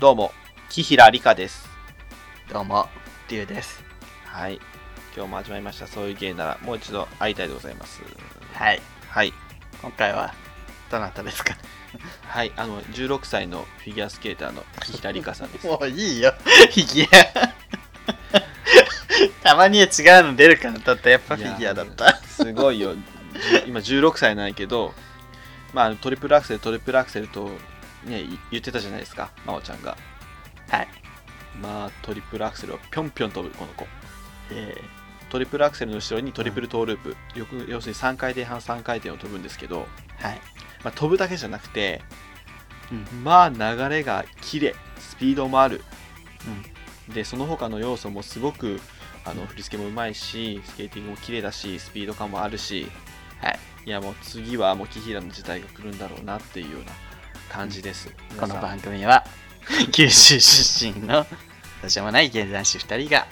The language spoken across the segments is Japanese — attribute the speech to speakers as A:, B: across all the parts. A: どうも、木平理香です。
B: どうも、りゅうです。
A: はい。今日も始まりました。そういう芸なら、もう一度会いたいでございます。
B: はい、
A: はい。
B: 今回は、どなたですか
A: はい。あの、16歳のフィギュアスケーターの木平理香さんです。
B: もういいよ、フィギュア。 たまには違うの出るから、だったやっぱ フィギュアだった。
A: すごいよ。じゅ今16歳なんやけど、まあ、トリプルアクセル、トリプルアクセルと、ね、い言ってたじゃないですか、真央ちゃんが。
B: はい。
A: まあ、トリプルアクセルをぴょんぴょん飛ぶ、この子。
B: え
A: トリプルアクセルの後ろにトリプルトーループ、よく要するに3回転半3回転を飛ぶんですけど、
B: ーはい。
A: まあ、飛ぶだけじゃなくて、
B: うん
A: まあ流れが綺麗スピードもある
B: うん
A: でその他の要素もすごくあの振り付けもうまいしスケーティングも綺麗だしスピード感もあるし
B: はい、
A: いやもう次はもう紀平の時代が来るんだろうなっていうような感じです、
B: こ
A: 皆さ
B: の
A: ん
B: 番組は、 九州出身の、どうしようもない芸男子2人が、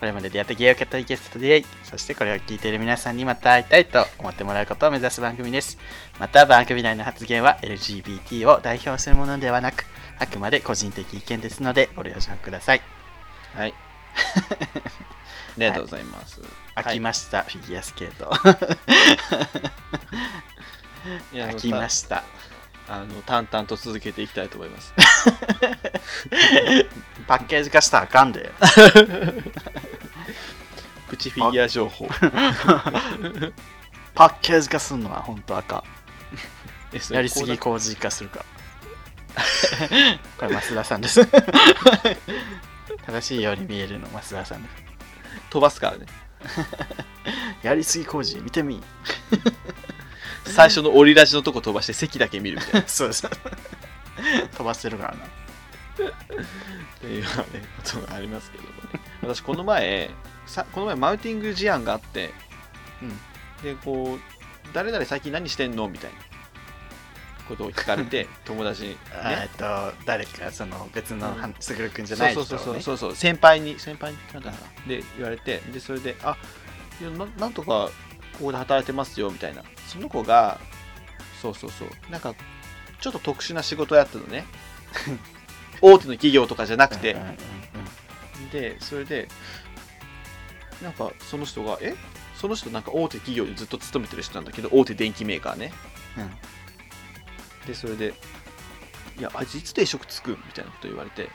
B: これまで出会った芸を語りゲストと出会い、そしてこれを聞いている皆さんにまた会いたいと思ってもらうことを目指す番組です。また番組内の発言は LGBT を代表するものではなく、あくまで個人的意見ですのでご了承ください。
A: はい ありがとうございます、
B: 飽き
A: ま
B: ました、フィギュアスケート。
A: いや
B: 飽きました。
A: あの淡々と続けていきたいと思います
B: パッケージ化したらあか んで。
A: プチフィギュア情報
B: パッケージ化すんのは本当あかん。
A: えそれ
B: やりすぎ
A: こ
B: 工事化するから。これ、増田さんです。正しいように見えるの、増田さんです。
A: う飛ばすからね
B: やりすぎ工事、見てみ。
A: 最初の折り出しのとこ飛ばして席だけ見るみたいな
B: そうです。飛ばしてるからな。
A: っていうようなねことがありますけどもね私この前さこの前マウンティング事案があって、でこう誰々最近何してんのみたいなことを聞かれ て友達にね
B: えっと、誰か、その別のはんすぐるくんじゃ
A: そ
B: な
A: う
B: い人
A: そ
B: を
A: う
B: ね
A: そうそうそうそう先輩に先輩に聞かれたかなで言われてでそれで「あいやななんとかここで働いてますよ」みたいなその子がそうそうそうなんかちょっと特殊な仕事をやってたの ね大手の企業とかじゃなくて
B: うんうんうんうん
A: でそれでなんかその人がえその人なんか大手企業にずっと勤めてる人なんだけど大手電機メーカーね
B: うん
A: でそれで「いやあいついつ定職つく?」みたいなこと言われて
B: うん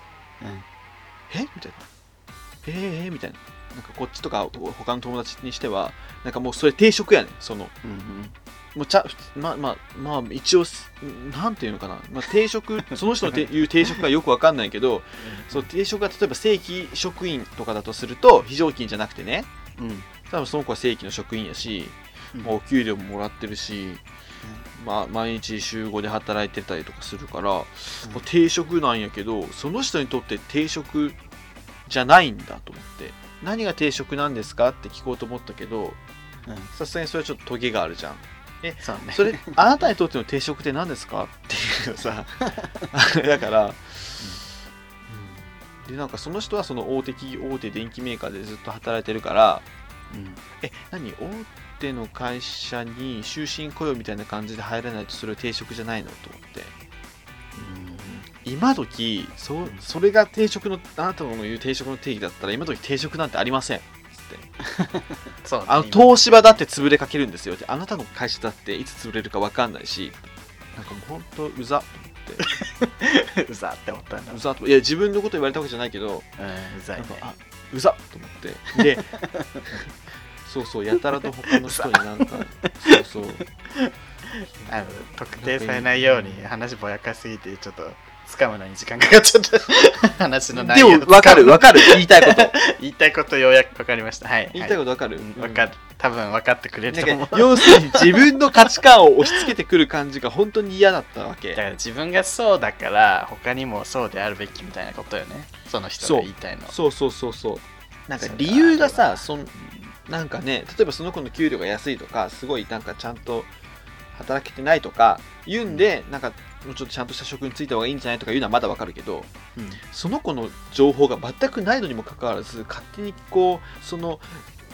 A: 「えみたいな「えー、えーみたいななんかこっちとかお他の友達にしてはなんかもうそれ定職やねんその
B: うんうん
A: もうちゃまあまあまあ一応すなんていうのかな、まあ、定職その人のて言う定職がよくわかんないけどその定職が例えば正規職員とかだとすると非常勤じゃなくてね
B: うん
A: 多分その子は正規の職員やし、
B: うん
A: まあ、お給料ももらってるし、まあ、毎日週5で働いてたりとかするから、もう定職なんやけどその人にとって定職じゃないんだと思って何が定職なんですかって聞こうと思ったけど
B: うん
A: さすがにそれはちょっとトゲがあるじ ゃん
B: そうね。
A: それあなたにとっての定職って何ですかっていう さあれだから、でなんかその人はその大手企業大手電機メーカーでずっと働いてるから
B: うん
A: え何大手の会社に終身雇用みたいな感じで入らないとそれは定職じゃないのと思って今時そそれが定職のあなたの言う定職の定義だったら今時定職なんてありませんつって
B: そうね
A: あの
B: 今
A: 東芝だって潰れかけるんですよってあなたの会社だっていつ潰れるか分かんないしなんかもう本当うざ
B: うざって思ったんだ。う
A: うんざといや自分のこと言われたわけじゃないけど
B: うざい
A: なん
B: ね
A: か。あうざっと思って でそうそうやたらと他の人になんかそうそう
B: あの特定されないように話ぼやかしすぎてちょっと掴むのに時間かかっちゃった話の内
A: で
B: 容
A: も分かる
B: わ
A: 分かる言いたいこと
B: 言いたいことようやく分かりましたはい
A: 言いたい
B: こ
A: こと分かる、
B: 分かる多分分かってくれると
A: な
B: 思
A: ん
B: う
A: か要するに自分の価値観を押し付けてくる感じが本当に嫌だったわ
B: だ
A: け
B: から自分がそうだから他にもそうであるべきみたいなことよねその人が言いたいの
A: そうそうそうそうなんか
B: それ
A: 理由が
B: あれ
A: さ
B: は
A: そのなんかね例えばその子の給料が安いとかすごいなんかちゃんと働けてないとか言うんで、なんかもうちょっとちゃんとした職に就いた方がいいんじゃないとか言うのはまだわかるけど
B: うん
A: その子の情報が全くないのにもかかわらず勝手にこうその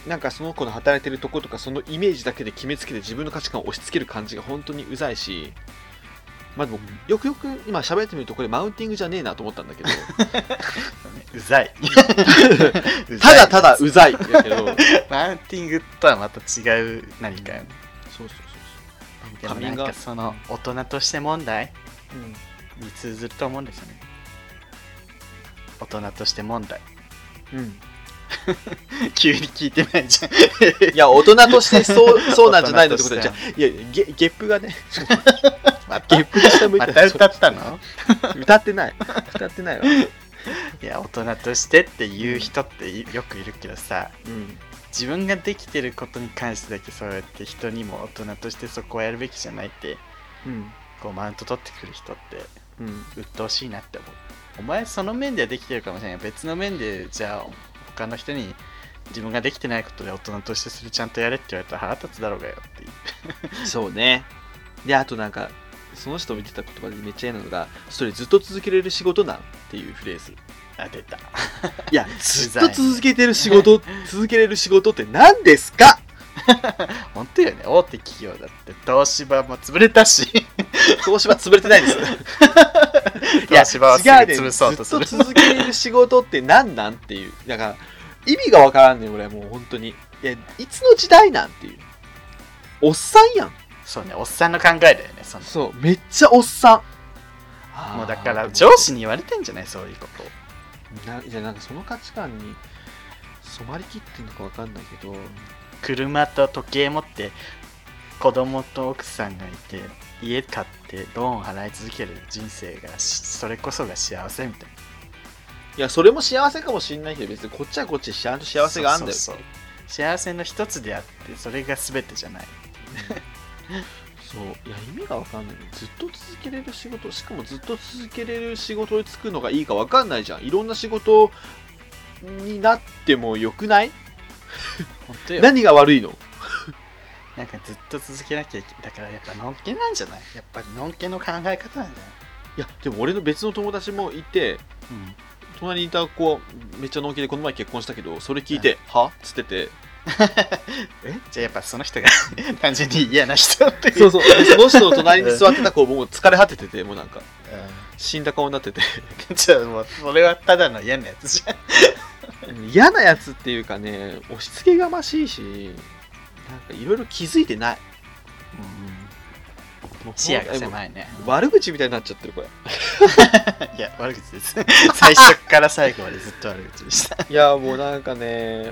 A: なんかその子の働いてるとことかそのイメージだけで決めつけて自分の価値観を押し付ける感じが本当にうざいしまあでもよくよく今喋ってみるとこれマウンティングじゃねえなと思ったんだけ ど
B: うざい
A: ただただう ざいだけど
B: マウンティングとはまた違う何かよね
A: そうそうそうそう
B: でも
A: 仮
B: な
A: 面
B: ん
A: が
B: かその大人として問題
A: うん
B: に通ずると思うんですよね大人として問題
A: うん、
B: 急に聞いてない じゃん
A: いや大人として そうそうなんじゃないのってことで
B: 大
A: じ
B: 人
A: ゃ
B: と
A: あいやゲゲップがね ゲップが下向い
B: ま
A: て
B: た歌った の
A: 歌ってない歌って ないわ、
B: いや大人としてっていう人っていよくいるけどさ
A: うん、
B: 自分ができてることに関してだけそうやって人にも大人としてそこはやるべきじゃないって
A: うん
B: こうマウント取ってくる人って
A: うん
B: 鬱陶しいなって思うお前その面ではできてるかもしれない別の面でじゃあ他の人に自分ができてないことで大人としてそれちゃんとやれって言われたら腹立つだろうがよっていう
A: そうねであとなんかその人見てた言葉でめっちゃ嫌なのがそれずっと続けれる仕事なんっていうフレーズ
B: あ出た
A: いやず
B: ず
A: っ
B: っ
A: と
B: と
A: 続けてる仕 事続けれる仕事って何ですか
B: 本当よね大手企業だって東芝も潰れた し
A: 東芝潰れてない です
B: 東芝はすぐ潰そうとす
A: ずっと
B: る
A: 続けれる仕事って何なんっていうだから意味がわからんねん俺もう本当にいやいつの時代なんっていうおっさんやん
B: そうねおっさんの考えだよねその
A: そうめっちゃおっさん
B: もうだか
A: あ
B: ら
A: ー
B: 上司に言われてんじゃないそういうことを
A: なじゃなんかその価値観に染まりきってんのかわかんないけど、
B: 車と時計持って子供と奥さんがいて家買ってローン払い続ける人生がしそれこそが幸せみたい
A: いやそれも幸せかもしんないけど別にこっちはこっちでちゃんと
B: な
A: 幸せがあんだよ
B: そうそうそう幸せの一つであってそれが全てじゃない
A: そういや意味がわかんないずっと続けれる仕事しかもずっと続けれる仕事に就くのがいいかわかんないじゃんいろんな仕事になってもよくない
B: 本当よ
A: 何が悪いの
B: なんかずっと続けなきゃいけないだからやっぱのんけなんじゃないやっぱりのんけの考え方なんじゃない、
A: いやでも俺の別の友達もいて
B: うん、
A: 隣にいた子めっちゃのんきでこの前結婚したけどそれ聞いて「はっつってて
B: じゃあやっぱその人が 単純に嫌な人っていう
A: そうそうでその人の隣に座ってた子もう疲れ果てててもうなんか
B: う
A: 死んだ顔になってて
B: ん じゃあもうそれはただの嫌なやつじゃん
A: 嫌なやつっていうかね押し付けがましいしなんかいろいろ気づいてないもう
B: 視野が
A: えも
B: 狭いね
A: う悪口みたいになっちゃってる これ
B: いや、悪口です。 最初から最後までずっと悪口でした。
A: いやもうなんかね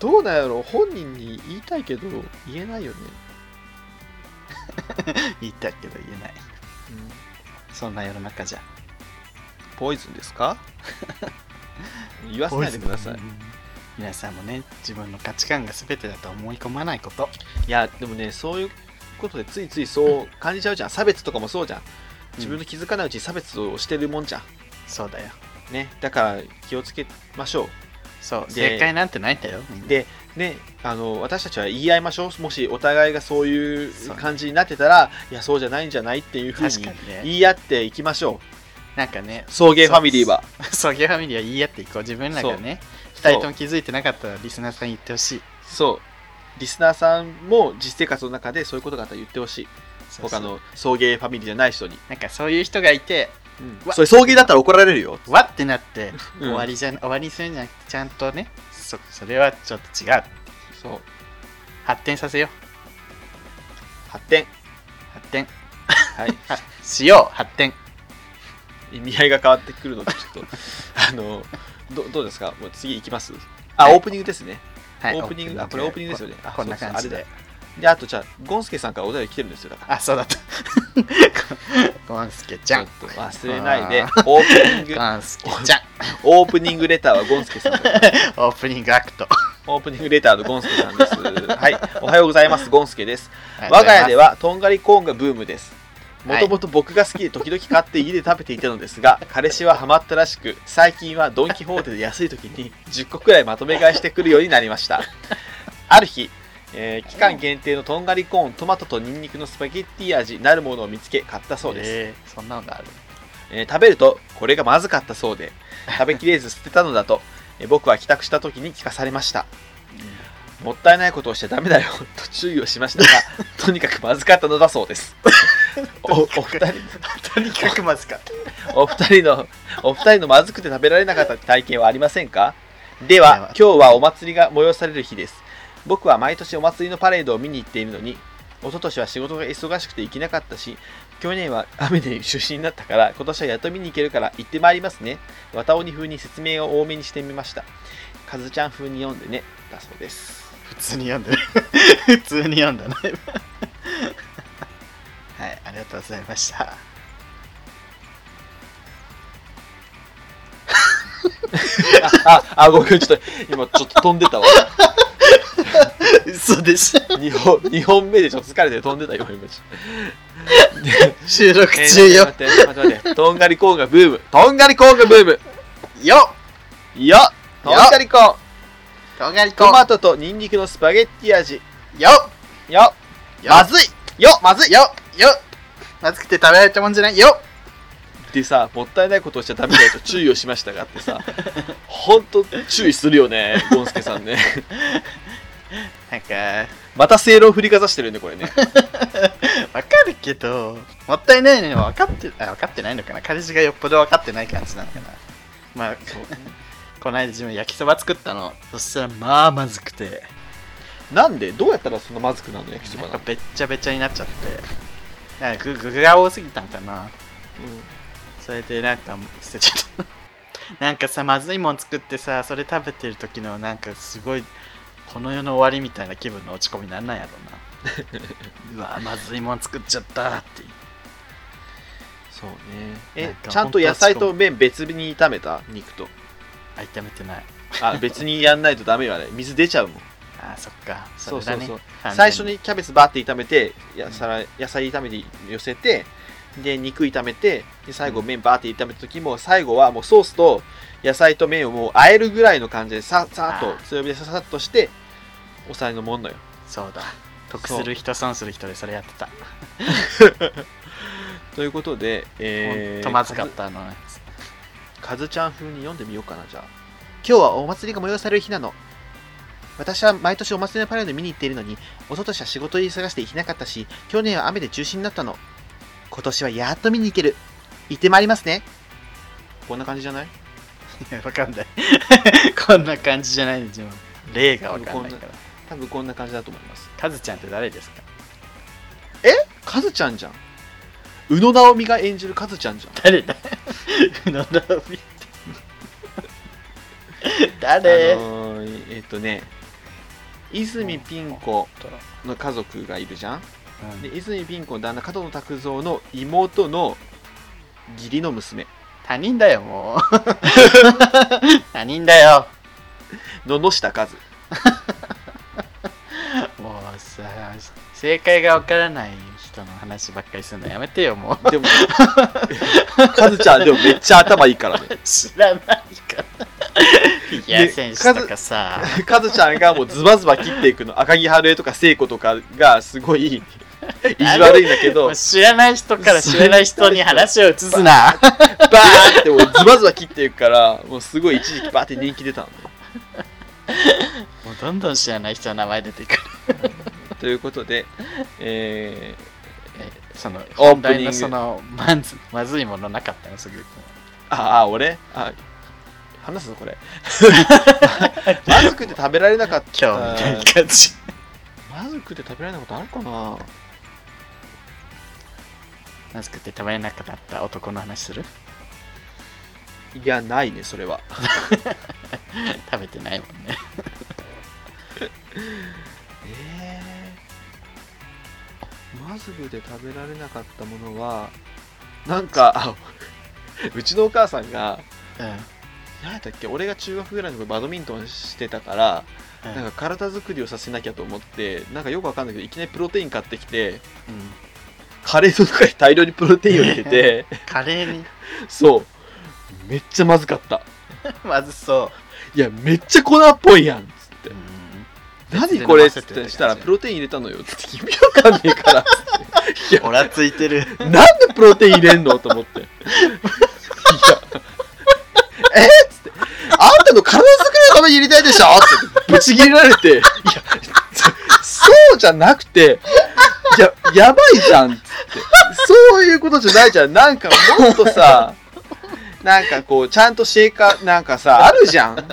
A: どうなんやろう本人に言いたいけど言えないよね、
B: 言ったけど言えない。そんな世の中じゃ。
A: ポイズンです か言わせないでください
B: 皆さんもね、自分の価値観が全てだと思い込まないこと。
A: いやでもねそういうことでついついそう感じちゃうじゃん差別とかもそうじゃん自分の気づかないうちに差別をしてるもんじゃん
B: そうだよ。
A: ねだから気をつけましょ
B: そう、
A: で
B: 正解なんてないんだよ。みん
A: う
B: な
A: でねあの私たちは言い合いましょうもしお互いがそういう
B: そう
A: 感じになってたらいやそうじゃないんじゃないっていうふうに
B: 確かにね。
A: 言い合っていきましょ
B: なんかね
A: う、送迎ファミリーは
B: 創業ファミリーは言い合っていこう。自分らがね、
A: そ
B: 二
A: う
B: 人とも気づいてなかったらリスナーさんに言ってほしい。
A: そうリスナーさんも実生活の中でそういうことがあったら言ってほしい
B: そう
A: 他
B: そう
A: の送迎ファミリーじゃない人に、
B: なんかそういう人がいて、うわ
A: それ送迎だったら怒られるよ、
B: わってなって、
A: うん
B: 終わりじゃ終わりにするんじゃなくて、ちゃんとね、そそれはちょっと違う。
A: そう
B: 発展させよう。
A: 発展
B: 発展
A: はい
B: はしよう発展
A: 意味合いが変わってくるのでちょっ とあのどどうですかもう次行きますあ、
B: はい
A: オープニングですね
B: はい
A: オープニングあこれオープニングですよねあ
B: ここんな感じ
A: そうそう
B: で
A: であとじゃあゴンスケさんからお便り来てるんですよだから
B: あそうだった ゴンスケちゃん
A: ちょっと忘れないで
B: あ
A: オープニング
B: ゴンスケちゃん
A: オープニングレターはゴンスケさんだから
B: オープニングアクト
A: オープニングレターのゴンスケさんですはい おはようございますゴンスケです
B: ありがとうご
A: 我が
B: ざい
A: 家
B: ます
A: ではとんがりコーンがブームですも
B: はい
A: ともと僕が好きで時々買って家で食べていたのです が彼氏はハマったらしく最近はドン・キホーテで安い時に10個くらいまとめ買いしてくるようになりま したある日、えー期間限定のとんがりコーントマトとニンニクのスパゲッティ味なるものを見つけ買ったそうです、
B: えーそんなのがある
A: えー食べるとこれがまずかったそうで食べきれず捨てたのだと、えー僕は帰宅した時に聞かされましたもったいないことをしちゃダメだよと注意をしましたがとにかくまずかったのだそうですおお二人
B: とにかくまずかった。
A: お二人のお二人のまずくて食べられなかった体験はありませんかでは今日はお祭りが催される日です僕は毎年お祭りのパレードを見に行っているのに一昨年は仕事が忙しくて行けなかったし去年は雨で中止になったから今年はやっと見に行けるから行ってまいりますね綿鬼風に説明を多めにしてみましたカズちゃん風に読んでねだそうです
B: 普通に読んだね 普通に読んだねはいありがとうございました
A: あああごめんちょっと今ちょっと飛んでたわ
B: 嘘でしょ
A: 2本 二本目でちょっと疲れて飛んでたよ今
B: 収録
A: えー
B: 中よ、
A: 待って待って待ってとんがりコーンがブームとんがりコーンがブーム
B: よ
A: よっとんがりコーン
B: とんがりこ
A: トマトとニンニクのスパゲッティ味
B: よ
A: よ
B: よ
A: まずいよまずい
B: よよまずくて食べられたもんじゃないよ
A: ってさもったいないことをしちゃダメだよと注意をしましたがって さほんと注意するよねゴンスケさん ね
B: なんか
A: また正論振りかざしてるねこれね
B: わかるけどもったいないのは分かってあ分かってないのかな彼氏がよっぽど分かってない感じなのかなまあこの間自分焼きそば作ったのそしたらまあまずくて
A: なんでどうやったらそんなまずくなるの焼きそば
B: なん
A: な
B: か
A: の、
B: べっちゃべちゃになっちゃってなんか具具が多すぎたんかなそれでなんか捨てちゃった なんかさまずいもん作ってさそれ食べてる時のなんかすごいこの世の終わりみたいな気分の落ち込みなんなんや ろなうわまずいもん作っちゃったって
A: そうね
B: なん
A: え
B: か
A: ちゃんと野菜と麺別に炒めた肉 と
B: あ痛めてない
A: あ別にやんないとダメよあれ水出ちゃうもん
B: あーそっか
A: そ
B: そうれ
A: そ
B: だ
A: う
B: ね
A: そう
B: 完全
A: 最初にキャベツバーって炒めて
B: う
A: や
B: ん
A: さら野菜炒めて寄せてで肉炒めてで最後麺バーって炒めた時も最後はもうソースと野菜と麺をもう和えるぐらいの感じでささ
B: あ
A: っ
B: ー
A: と強火でささっとしてお皿のもんのよ
B: そうだ得する人損する人でそれやってた、
A: ということで、え
B: ほん
A: ー、
B: とまずかったあの やつ
A: カズちゃん風に読んでみようかなじゃあ今日はお祭りが催される日なの私は毎年お祭りのパレード見に行っているのに一昨年は仕事で忙しくて行けなかったし去年は雨で中止になったの今年はやっと見に行ける行ってまいりますねこんな感じじゃない
B: いやわかんない こんな感じじゃないの自分例がわかんないから
A: 多分こんな感じだと思います
B: カズちゃんって誰ですか
A: カズちゃんじゃん宇野直美が演じるカズちゃんじゃん
B: 誰だ 宇野直美って誰、
A: あのーえっとね泉ピン子の家族がいるじゃん
B: うん
A: で泉ピン子の旦那加藤拓三の妹の義理の娘
B: 他人だよもう 他人だよ
A: の野下和
B: もうさ正解がわからない人の話ばっかりするのやめてよもう
A: で も和ちゃんでもめっちゃ頭いいからね
B: 知らないからフィギュア選手とかさ
A: 和ちゃんがもうズバズバ切っていくの赤木春江とか聖子とかがすごい意地悪いんだけ
B: も
A: ど
B: う知らない人から知らない人に話を移すな
A: バーンってもうズバズバ切っていくからもうすごい一時期バーって人気出たのね
B: もうどんどん知らない人の名前出てくる
A: ということでえー
B: その
A: オープニング
B: 本題のそのまずまずいものなかったのすぐ
A: ああ俺あ話すのこ れまずくて食べられなかった
B: 今日みたいな感じ
A: まずくて食べられないことあるかな
B: まずくて食べれなくなった男の話する
A: いやないねそれは
B: 食べてないもんね
A: えー、まずくて食べられなかったものはなんかあうちのお母さんが何やったっけ俺が中学ぐらいの頃バドミントンしてたから
B: うん
A: なんか体作りをさせなきゃと思ってなんかよくわかんないけどいきなりプロテイン買ってきて
B: うん
A: カレーの中に大量にプロテインを入れて て
B: カレーに
A: そうめっちゃまずかった
B: まずそ
A: いやめっちゃ粉っぽいやんっつって
B: う、うん
A: 何これっ
B: 別
A: つっ
B: で飲ませてる
A: てしたらプロテイン入れたのよっつって意味わかんねえから っつっていや
B: おらついてる
A: なんでプロテイン入れんのと思って。いやえっつって、あんたの体作りのために入れたいでしょってぶち切れられて、いや、そそうじゃなくて、いや、やばいじゃんっつっそういうことじゃないじゃんなんかもっとさなんかこうちゃんとシェイカーなんかさあるじゃんい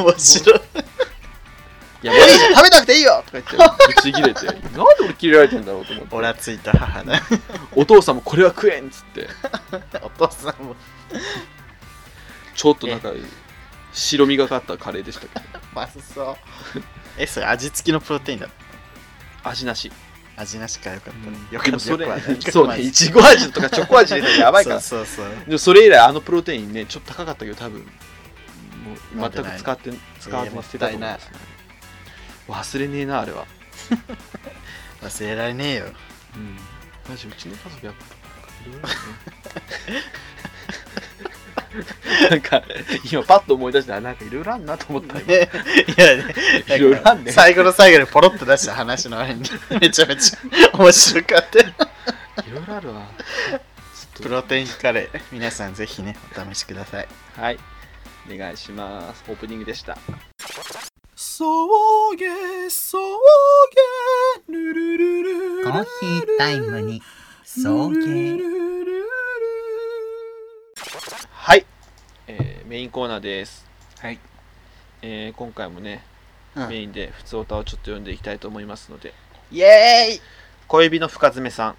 B: 面白い。
A: やもういいじゃん 食べなくていいよとか言ってぶち切れてなんで俺切れられてんだろうと 思って
B: オラついた母だ。
A: お父さんもこれは食えんっつって
B: お父さんも。
A: ちょっとなんか白身がかったカレーでしたけど
B: まずそう。え、それ味付きのプロテインだ。
A: 味なし
B: 味なしかよかったね。
A: うん
B: よ
A: でも
B: かったよ
A: それ
B: くは ない。
A: そうねいちご味とかチョコ味入れたらやばいから
B: そうそうそう。
A: でもそれ以来あのプロテインねちょっと高かったけど多分もう全く使って使わずに捨てたと思います、ね忘れねえなあれは、
B: 忘れられねえよ。
A: うん、マジうちの家族やっぱいろいろあるねなんか今パッと思い出してあなんかいろいろあんなと思った今
B: ね、 いやね、
A: いろいろあんね
B: 最後の最後にポロッと出した話のあれに、めちゃめちゃ面白かったよ。
A: いろいろあるわち
B: プ
A: ょっ
B: ロテインカレー、皆さんぜひね、お試しください。
A: とはいお願いしますオープニングでした
C: そうげそうげルルルル
D: コーヒータイムに送迎
A: はい、えーメインコーナーです
B: はい。
A: えー今回もね、
B: うん
A: メインで普通歌をちょっと読んでいきたいと思いますので
B: イエ
A: 小指の深爪さん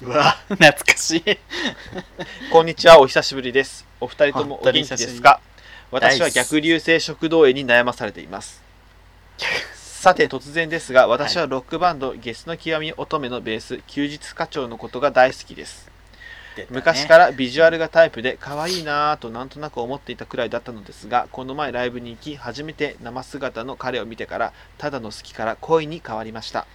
B: ーイうわ、懐か しい。
A: こんにちはお久しぶりですお二人ともお元気ですか私は
B: ナイス
A: 逆流性食道炎に悩まされていますさて突然ですが私はロックバンド、ゲスの極み乙女のベース休日課長のことが大好きです昔からビジュアルがタイプで可愛いなぁとなんとなく思っていたくらいだったのですがこの前ライブに行き初めて生姿の彼を見てからただの好きから恋に変わりました、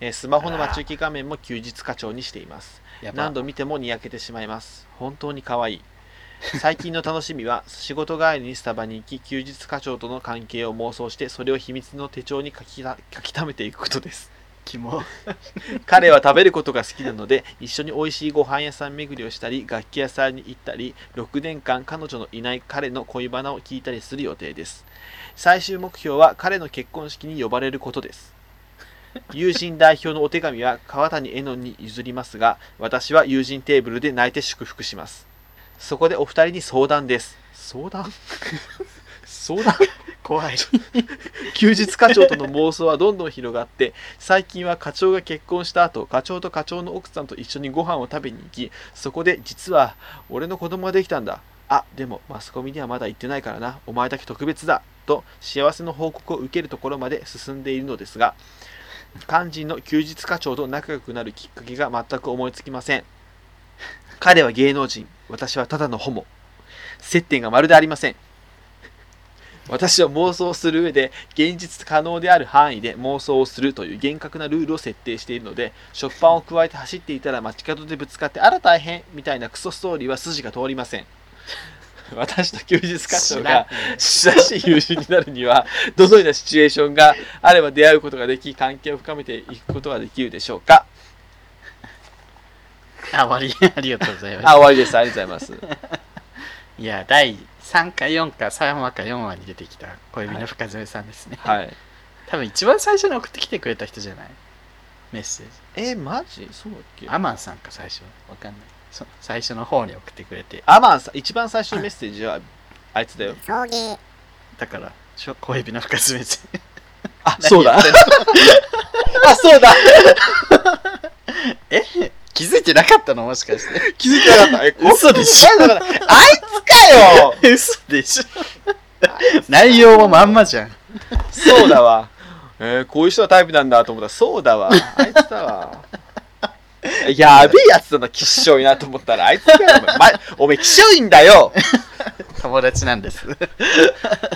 A: えースマホの待ち受け画面も休日課長にしています
B: やば
A: 何度見てもにやけてしまいます本当に可愛い最近の楽しみ は仕事帰りにスタバに行き休日課長との関係を妄想してそれを秘密の手帳に書きた書き溜めていくことです
B: キモ。
A: 彼は食べることが好きなので一緒に美味しいご飯屋さん巡りをしたり楽器屋さんに行ったり6年間彼女のいない彼の恋バナを聞いたりする予定です最終目標は彼の結婚式に呼ばれることです友人代表のお手紙は川谷絵音に譲りますが私は友人テーブルで泣いて祝福しますそこでお二人に相談です相談 相談
B: 怖い。
A: 休日課長との妄想はどんどん広がって最近は課長が結婚した後課長と課長の奥さんと一緒にご飯を食べに行きそこで実は俺の子供ができたんだあでもマスコミにはまだ行ってないからなお前だけ特別だと幸せの報告を受けるところまで進んでいるのですが肝心の休日課長と仲良くなるきっかけが全く思いつきません彼は芸能人私はただのホモ接点がまるでありません私は妄想する上で現実可能である範囲で妄想をするという厳格なルールを設定しているので食パンを加えて走っていたら街角でぶつかってあら大変みたいなクソストーリーは筋が通りません私と休日課長が親しい友人になるにはどのようなシチュエーションがあれば出会うことができ関係を深めていくことができるでしょうか
B: あ、終わり。 ありがとうございま
A: あ終わりですありがとうございます
B: す。いや、第3か4か3話か4話に出てきた小指の深爪さんですね。
A: はい
B: 多分一番最初に送ってきてくれた人じゃないメッセージ。
A: えマジそうだっけ
B: アマンさんか最初。わかんない。そ最初の方に送ってくれて。
A: アマンさん一番最初のメッセージはあいつだよ
D: 送迎
B: だから、しょ小指の深爪さん。
A: あそうだ あそうだ
B: え 気づいてなかったのもしかして。
A: 気づいてなかったえ
B: 嘘でしょ
A: なんだからあいつかよ
B: 嘘 でしょ内容もまんまじゃん。
A: そうだわえー、こういう人はタイプなんだと思ったらそうだわあいつだ わやべえやつだなきっしょいなと思ったらあいつだよお 前、ま、お前きっしょいんだよ
B: 友達なんです。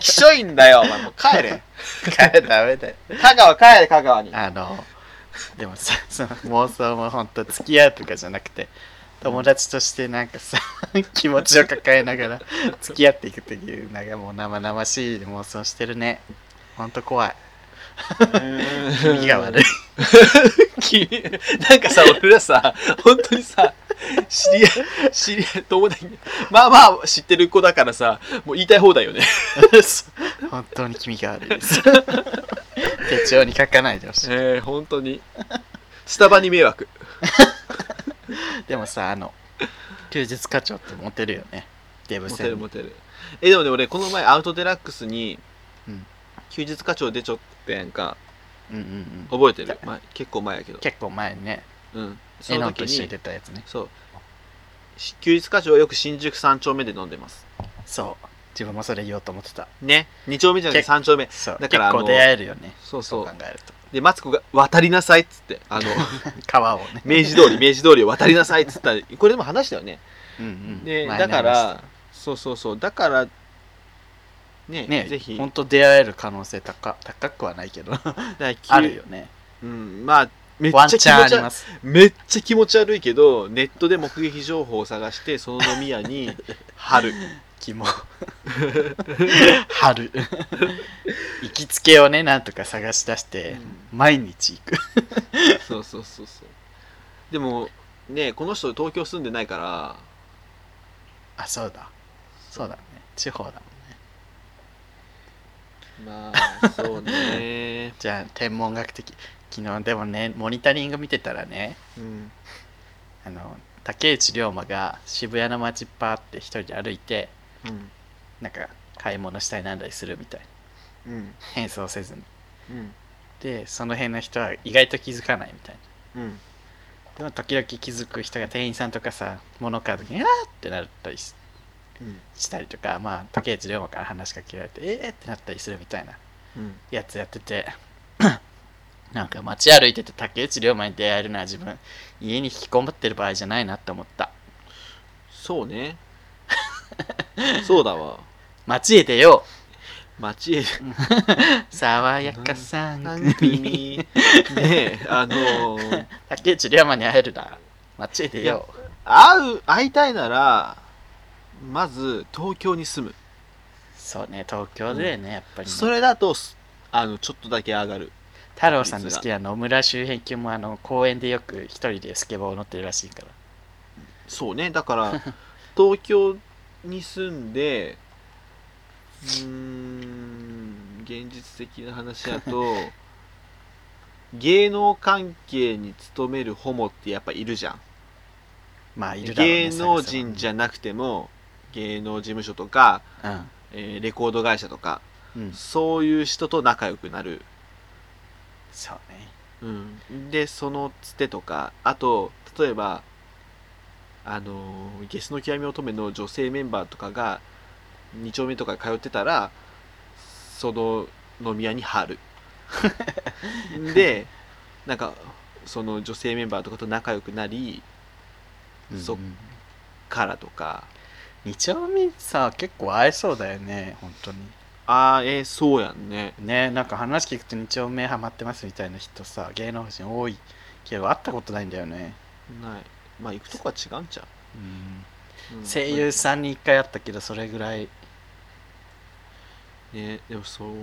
A: きしょいんだよ、お前もう帰れ。
B: 帰るダメだよ。
A: 香川帰れ、香川に。
B: あの、でもさ、その妄想も本当付き合うとかじゃなくて、友達としてなんかさ、 気持ちを抱えながら付き合っていくっていう、なんかもう生々しい妄想してるね。ほんと怖い。気 が悪い。
A: 君、なんかさ、俺らさ、本当にさ、知り合い、知り合い、友達に、まあまあ知ってる子だからさ、もう言いたい方だよね。
B: 本当に気味が悪いです。手帳に書かないでほしい。
A: えー、本当に。スタバに迷惑。
B: でもさ、あの、休日課長ってモテるよね。デブ
A: モ
B: 戦。
A: テるモテるえでもね俺この前アウトデラックスに
B: うん
A: 休日課長出ちょってやんか
B: うんうんうん。
A: 覚えてる、まあ、結構前やけど
B: 結構前にね、
A: うんそ
B: エノ
A: の
B: ンと一
A: 時
B: 緒に
A: に
B: 出たやつね。
A: そうし休日課長はよく新宿3丁目で飲んでます
B: そう。自分もそれ言おうと思ってた。
A: ね2丁目じゃなくて3丁目
B: そう。
A: だからあの
B: 結構出会えるよね。
A: そう
B: そ
A: そうう
B: 考えると。
A: でマツコが「渡りなさい」っつってあ の
B: 川をね。
A: 明治通り明治通りを渡りなさいっつったらこれでも話したよね
B: うんうん。
A: で
B: 前
A: だか
B: に話
A: らそうそうそうだからね
B: し
A: ぜ
B: た、ね
A: ひ
B: 本当出会える可能性高高くはないけど、
A: だからき
B: あるよね。
A: うんまあめっち
B: ワ
A: ゃ
B: ン
A: 気持
B: チ
A: ち
B: ャンあり
A: 悪い
B: ます。
A: めっちゃ気持ち悪いけどネットで目撃情報を探してその飲み屋 に貼る
B: キ モ春行きつけをねなんとか探し出して、毎日行く
A: そうそうそうそうでもねこの人東京住んでないから
B: あそうだそうだね地方だも
A: ま
B: んね
A: あそうね
B: じゃあ天文学的昨日でもねモニタリング見てたらね
A: うん
B: あの竹内涼真が渋谷の街パーって一人で歩いて
A: うん
B: なんか買い物したりなんだりするみたい
A: うん
B: 変装せずに
A: うん
B: でその辺の人は意外と気づかないみたいな
A: うん
B: でも時々気づく人が店員さんとかさ物買う時に「あー!」ってなったりし
A: うん
B: したりとか、まあ、竹内涼真から話しかけられて、えーってなったりするみたいな
A: うん
B: やつやってて、 なんか街歩いてて竹内涼真に出会えるのは自分、家に引きこもってる場合じゃないなって思った。
A: そう ねそうだわ
B: 街へ出よ
A: 街へ
B: う爽やかさ
A: 何
B: ん組
A: 組 ねえあのー
B: 竹内涼真に会えるな。街へ出よう。
A: 会う会いたいならまず東京に住む
B: そうね、東京だよね、やっぱりね、
A: それだとすあのちょっとだけ上がる
B: 太郎さんの好きな野村周辺級もあの公園でよく一人でスケボーを乗ってるらしいから。
A: そうねだから 東京に住んでうーん現実的な話だ と芸能関係に勤めるホモってやっぱいるじゃん
B: まあ、いるだろうね
A: 芸能人じゃなくても芸能事務所とか、
B: それはね
A: えーレコード会社とか
B: うん。うん。
A: そういう人と仲良くなる
B: そうね。
A: うん、でそのつてとかあと例えばあのーゲスの極み乙女の女性メンバーとかが2丁目とかに通ってたらその飲み屋に貼 るでなんかその女性メンバーとかと仲良くなり
B: うん
A: そっからとか
B: 二丁目さ結構合いそうだよね本当に
A: ああえーそうやんね
B: ねなんか話聞くと二丁目ハマってますみたいな人さ芸能人多いけど会ったことないんだよね、
A: ないまあ行くとこは違うんちゃう、うん
B: 声優さんに一回会ったけどそれぐらい
A: ねでもそう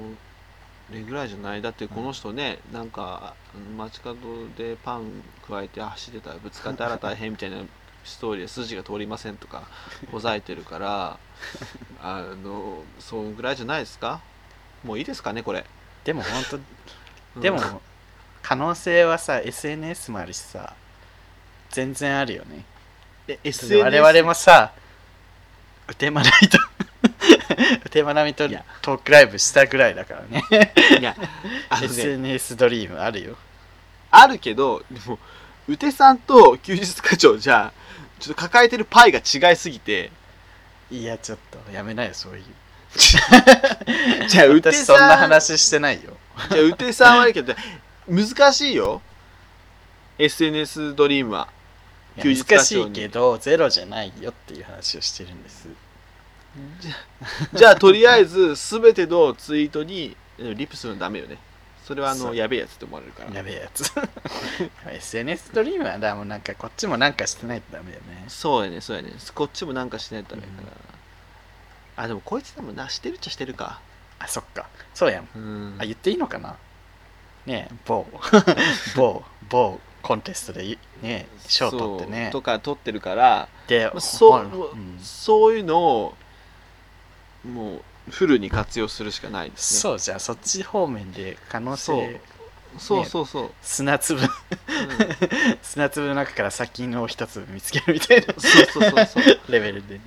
A: それぐらいじゃないだってこの人ね、なんか街角でパン加えて走ってたらぶつかったら大変みたいなストーリーで筋が通りませんとかほざいてる からあのそんぐらいじゃないですかもういいですかねこれ、
B: でも本
A: う
B: 当
A: ん
B: でも可能性はさ SNS もあるしさ全然あるよね
A: え
B: 我々もさうてまなみと うてまなみと
A: いや
B: トークライブしたぐらいだからね
A: いやあのね
B: SNS ドリームあるよ
A: あるけどでも宇手さんと休日課長じゃちょっと抱えてるパイが違いすぎて
B: いやちょっとやめなよそういう
A: じゃあ宇手
B: 私
A: さ
B: そ
A: ん
B: んな話してないよ。
A: じゃあ、うてさんはいいけど、難しいよ。SNS ドリームは。休日
B: 難
A: 課
B: し
A: 長
B: い
A: に
B: けど、ゼロじゃないよっていう話をしてるんです。
A: じゃあ、とりあえず、すべてのツイートにうんリプするのダメよね。それは、あ
B: そ
A: の、
B: う
A: やべえやつって思われるから。
B: やべえやつ。SNS ドリームはだもうなんかこっちもなんかしてないとダメだよね。
A: そうやね、そうやね。こっちもなんかしないとダメだから。あ、でも、こいつでもな、してるっちゃしてるか。
B: あ、そっか。そうやん。
A: うん
B: あ、言っていいのかなねえ、 某、某、某コンテストでいねえ、賞取って
A: そう
B: ね
A: と。か、取ってるから、
B: で
A: まあ、そ
B: ほ
A: う、
B: うん
A: そういうのを、もう、フルに活用するしかないですね。
B: そうじゃあそっち方面で可能
A: そう
B: 性
A: そうそうそう、
B: 砂粒
A: う ん
B: 砂粒の中から砂金を一粒見つけるみた いな
A: そうそうそうそう
B: レベルでね、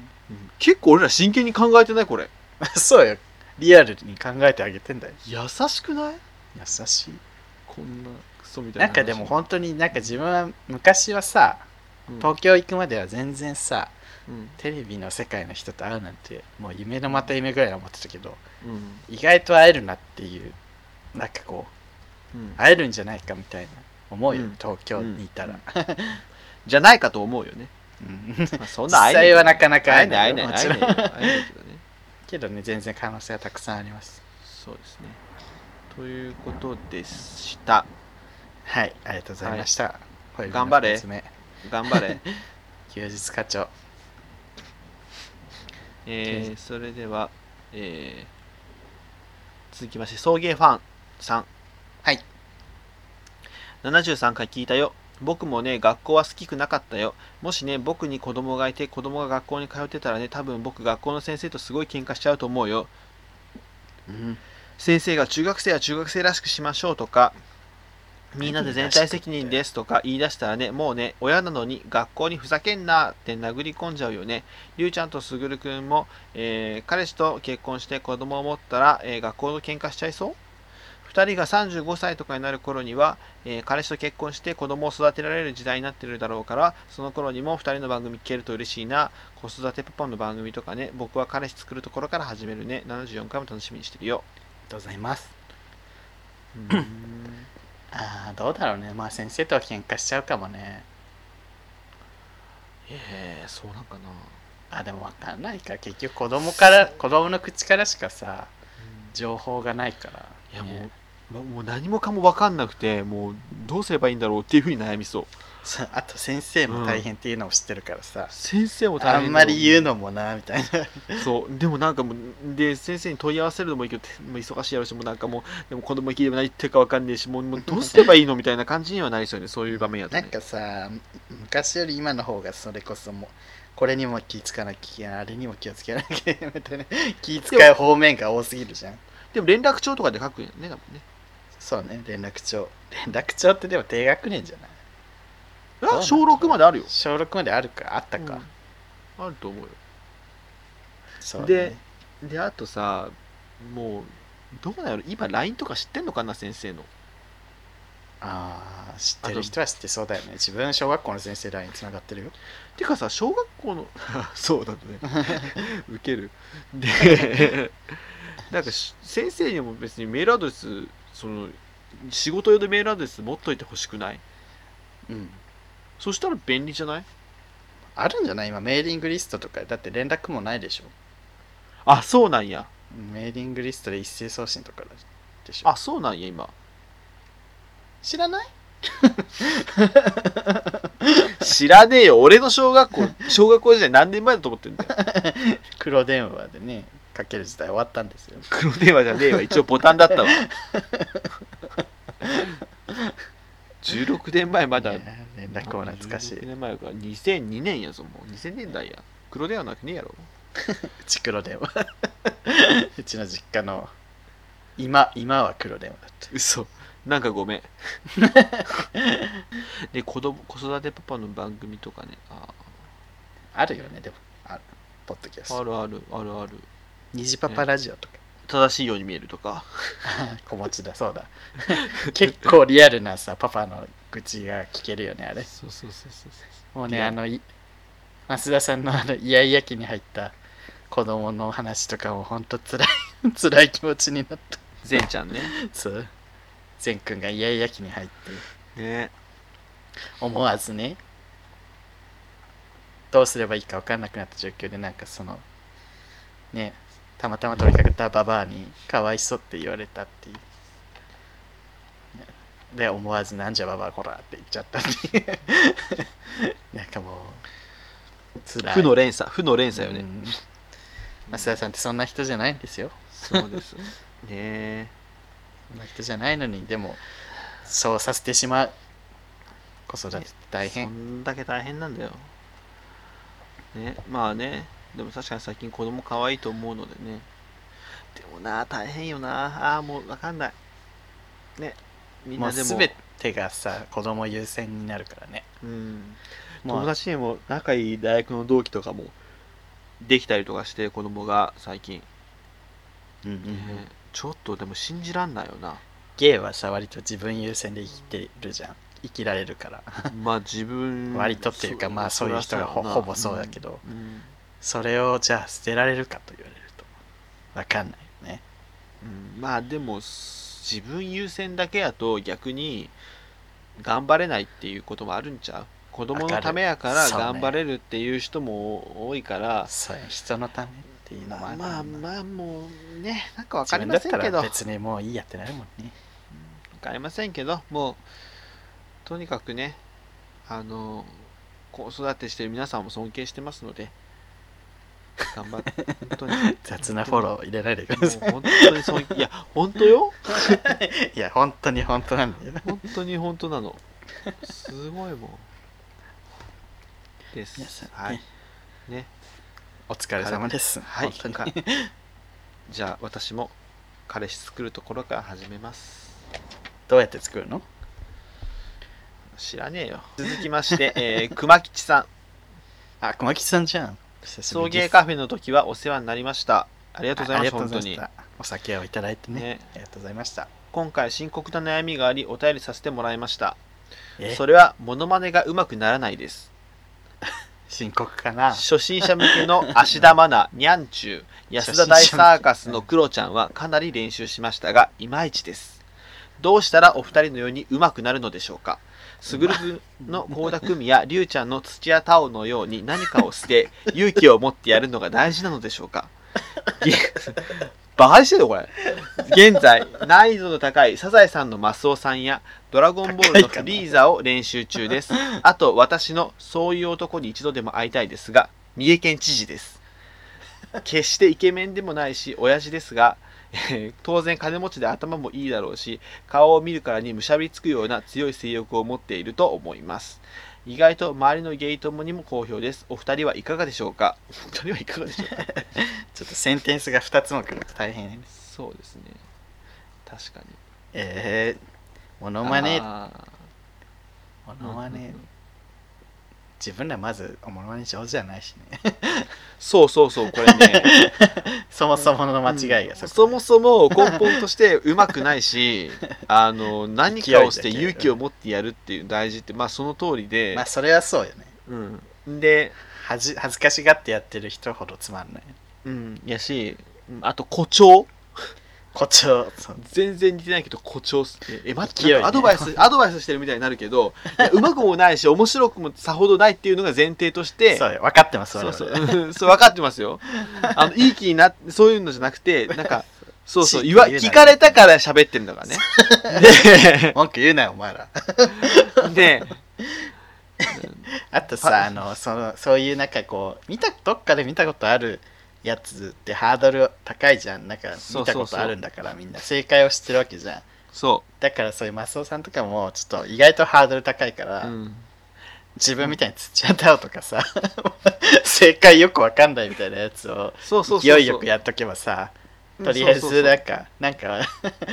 A: 結構俺ら真剣に考えてないこれ
B: そうよリアルに考えてあげてんだよ
A: 優しくない
B: 優しい
A: こんなクソみたいな
B: なんかでも本当になんか自分は昔はさ
A: 当
B: 東京行くまでは全然さ
A: うん
B: テレビの世界の人と会うなんてもう夢のまた夢ぐらい思ってたけど
A: うんうん
B: 意外と会えるなっていうなんかこう
A: うん
B: 会えるんじゃないかみたいな思うよ、
A: うん
B: 東京にいたら、
A: じゃないかと思うよね、
B: うん
A: まあ、 そ
B: 実
A: んな
B: 際はなかなか
A: 会
B: 会え
A: えな
B: ない
A: 会
B: い
A: えない
B: も
A: 会
B: ち
A: えな
B: ろ
A: い会えな
B: ん
A: い会えないけどね
B: けどね全然可能性はたくさんあります
A: そうですねということでした
B: はいありがとうございました、ホイールの
A: 頑張れ
B: 二つ目
A: 頑張れ
B: 休日課長
A: えー、それでは、えー、続きまして送迎ファンさん
B: はい
A: 73回聞いたよ僕もね学校は好きくなかったよもしね僕に子供がいて子供が学校に通ってたらね多分僕学校の先生とすごい喧嘩しちゃうと思うよ
B: うん
A: 先生が中学生は中学生らしくしましょうとかみんなで全体責任ですとか言い出したらねもうね親なのに学校にふざけんなって殴り込んじゃうよねりゅうちゃんとすぐるくんも、えー彼氏と結婚して子供を持ったら、えー学校の喧嘩しちゃいそう2人が35歳とかになる頃には、えー彼氏と結婚して子供を育てられる時代になってるだろうからその頃にも2人の番組聞けると嬉しいな子育てパパの番組とかね僕は彼氏作るところから始めるね74回も楽しみにしてるよ
B: ありがとうございます
A: うーん
B: あーどうだろうねまあ先生とは喧嘩しちゃうかもね
A: えー、そうなんかな、
B: あでも分かんないか結局子供から子供の口からしかさ情報がないから、
A: いやも
B: ね
A: う、まもう何もかも分かんなくてもうどうすればいいんだろうっていうふうに悩みそう
B: そうあと先生も大変っていうのも知ってるからさ、
A: 先生も
B: あんまり言う
A: う
B: のもなみたいな
A: そうでもなんかもうで先生に問い合わせるのもいいけどてもう忙しいやろうしもうなんかもうでも子供行きでもないっていうか分かんねえしもうもうどうすればいいのみたいな感じにはなりそうよねそういう場面やと
B: な
A: ね
B: んかさ昔より今の方がそれこそもうこれにも気ぃつかなきゃいけないあれにも気をつけなきゃいけないみたいな気ぃ使う方面が多すぎるじゃん
A: でも連絡帳とかで書くよね多分ね
B: そうね連絡帳連絡帳ってでも低学年じゃない
A: あ
B: うなんだ
A: 小6まであるよ
B: 小6まであるかあった
A: う
B: か、
A: んあると思うよ
B: そうね
A: でであとさもうどうなる今 LINE とか知ってんのかな先生の
B: ああ知ってる人は知ってそうだよね自分小学校の先生 LINE つながってるよ
A: てかさ小学校の そうだねウケるでなんかし先生にも別にメールアドレスその仕事用でメールアドレス持っといてほしくない
B: うん
A: そしたら便利じゃない
B: あるんじゃない今メーリングリストとかだって連絡もないでしょ
A: あそうなんや
B: メーリングリストで一斉送信とかでしょ
A: あそうなんや今
B: 知らない
A: 知らねえよ俺の小学校小学校時代何年前だと思ってんだよ
B: 黒電話でねかける時代終わったんですよ
A: 黒電話じゃねえわ一応ボタンだったわ16年前まだ
B: いやー連絡も懐かし
A: 16
B: い
A: 年前から2002年やぞもう2000年代や黒ではなくねえやろ
B: うち黒電話 うちの実家の今今は黒電話だった
A: 嘘なんかご めんで子供子育てパパの番組とかねあ
B: あるよねでもあるポッドキャス
A: あ
B: ト
A: るあるあるある
B: 虹パパラジオとか
A: 正しいように見えるとか
B: 子持ちだそうだ結構リアルなさパパの愚痴が聞けるよねあれ
A: そうそうそうそうそ
B: もう
A: い
B: ね
A: や
B: あのい増田さんのあのイヤイヤ期に入った子供の話とかもほんとつらい 辛い気持ちになった
A: う善ちゃんね
B: そう善くんがイヤイヤ期に入って
A: ね
B: 思わずねどうすればいいか分かんなくなった状況でなんかそのねたまたま取りかけたババアにかわいそうって言われたっていうねで思わずなんじゃババアこらって言っちゃったっていう なんかもうつらい
A: 負の連鎖負の連鎖よね、
B: うん増田さんってそんな人じゃないんですよ
A: そうです ねえ
B: そんな人じゃないのにでもそうさせてしまう子育てって大
A: そ
B: 変
A: んだけ大変なんだよねまあねでも確かに最近子供可愛いと思うのでねでもな大変よなあーもう分かんないねみん
B: もう
A: なでも
B: 全てがさ子供優先になるからね
A: うん、
B: も
A: 友
B: う
A: 達にも仲いい大学の同期とかもできたりとかして子供が最近、
B: うんうんうん
A: ねちょっとでも信じらんないよ な
B: ゲイはさ割と自分優先で生きてるじゃん生きられるから
A: まあ自分
B: 割とっていうかまあそういう人がほほぼそうだけ
A: ど、
B: ど
A: うん
B: それをじゃあ捨てられるかと言われると分かんないよね
A: うんまあでも自分優先だけやと逆に頑張れないっていうこともあるんちゃう子供のためやか
B: わからるそうね
A: 頑張れるっていう人も多いから、
B: そうや人のためっていうのもあ
A: まあまあ
B: るもんな
A: まあもうねなんかわか
B: 自
A: り
B: 分だ
A: ま
B: っ
A: せ
B: た
A: んけど
B: ら
A: わ
B: 別にもういいやってなるもんね
A: かりませんけどもうとにかくねあの子育てしてる皆さんも尊敬してますので頑張って本当 にも
B: 雑なフォロー入れないでくださ
A: う本当に尊いや本当よ
B: いいや本当に本当なんだよ
A: 本当に本当なのすごいもんです
B: 皆さんね
A: はいね
B: お疲れ様です
A: はい
B: 本当
A: か
B: に
A: じゃあ私も彼氏作るところから始めます
B: どうやって作るの
A: 知らねえよ続きまして、えー、 熊吉さん
B: あ小牧さんじゃん久しぶ
A: 送
B: りで
A: 迎
B: す
A: カフェの時はお世話になりましたありがとうございます
B: ああ
A: 本
B: りがと
A: 当
B: うござい
A: に
B: ましたお酒をいただいてね
A: ね
B: ありがとうございました
A: 今回深刻な悩みがありお便りさせてもらいました
B: え
A: それはモノマネがうまくならないです
B: 深刻かな
A: 初心者向けの芦田愛菜、にゃんちゅう、安田大サーカスのクロちゃんはかなり練習しましたが、いまいちです。どうしたらお二人のように上手くなるのでしょうかすぐるくんの倖田來未やりゅうちゃんの土屋太鳳のように何かを捨て、勇気を持ってやるのが大事なのでしょうかげバカにしてるよ、これ。現在、難易度の高いサザエさんのマスオさんや、ドラゴンボールのフリーザを練習中です。あと、私のそういう男に一度でも会いたいですが、三重県知事です。決してイケメンでもないし、親父ですが、えー当然金持ちで頭もいいだろうし、顔を見るからにむしゃびつくような強い性欲を持っていると思います。意外と周りのゲイ友にも好評です。お二人はいかがでしょうかお二人はいかがでしょうか
B: ちょっとセンテンスが2つもくると大変ね
A: そうですね。確かに。
B: えー、モノマネ
A: あー
B: モノマ
A: うんうん
B: ネ
A: うん
B: 自分らまずモノマネ上手じゃないしね
A: そうそうそう、これね。
B: そもそもの間違いが
A: そ
B: そこ
A: もそも根本としてうまくない しあの何かをして
B: 勢いだけ
A: 勇気を持ってやるっていう大事ってまあその通りで、
B: まあそれはそうよね
A: うん、で、
B: はじ恥ずかしがってやってる人ほどつまんない
A: うん、やしうんあと誇張
B: 誇張そう
A: 全然似てないけど誇張してえ待って、
B: 勢い
A: な
B: ね
A: んかアドバイ スアドバイスしてるみたいになるけどいやうまくもないし面白くもさほどないっていうのが前提として
B: そうよ分かってます
A: そう
B: 我
A: そう
B: 々
A: うんそう分かってますよあの いい気になそういうのじゃなくてなんかそうそう
B: 強いて
A: 言わ
B: 言うなら
A: 聞かれたから喋ってるんだからね
B: 文句言うなよお前ら
A: で
B: あと
A: はい
B: さあ のそのそういうなんかこう見たどっかで見たことあるやつってハードル高いじゃんなんか
A: そうそうそう
B: 見たことあるんだからみんな正解を知ってるわけじゃん
A: そ
B: だからそういうマスオさんとかもちょっと意外とハードル高いから、
A: う、うん、
B: 自分みたいに土屋太鳳とかさ 正解よくわかんないみたいなやつを
A: そうそうそうそう
B: 勢いよくやっとけばさとりあえ
A: うんそうそう
B: ず
A: そ
B: な
A: うん
B: かなんか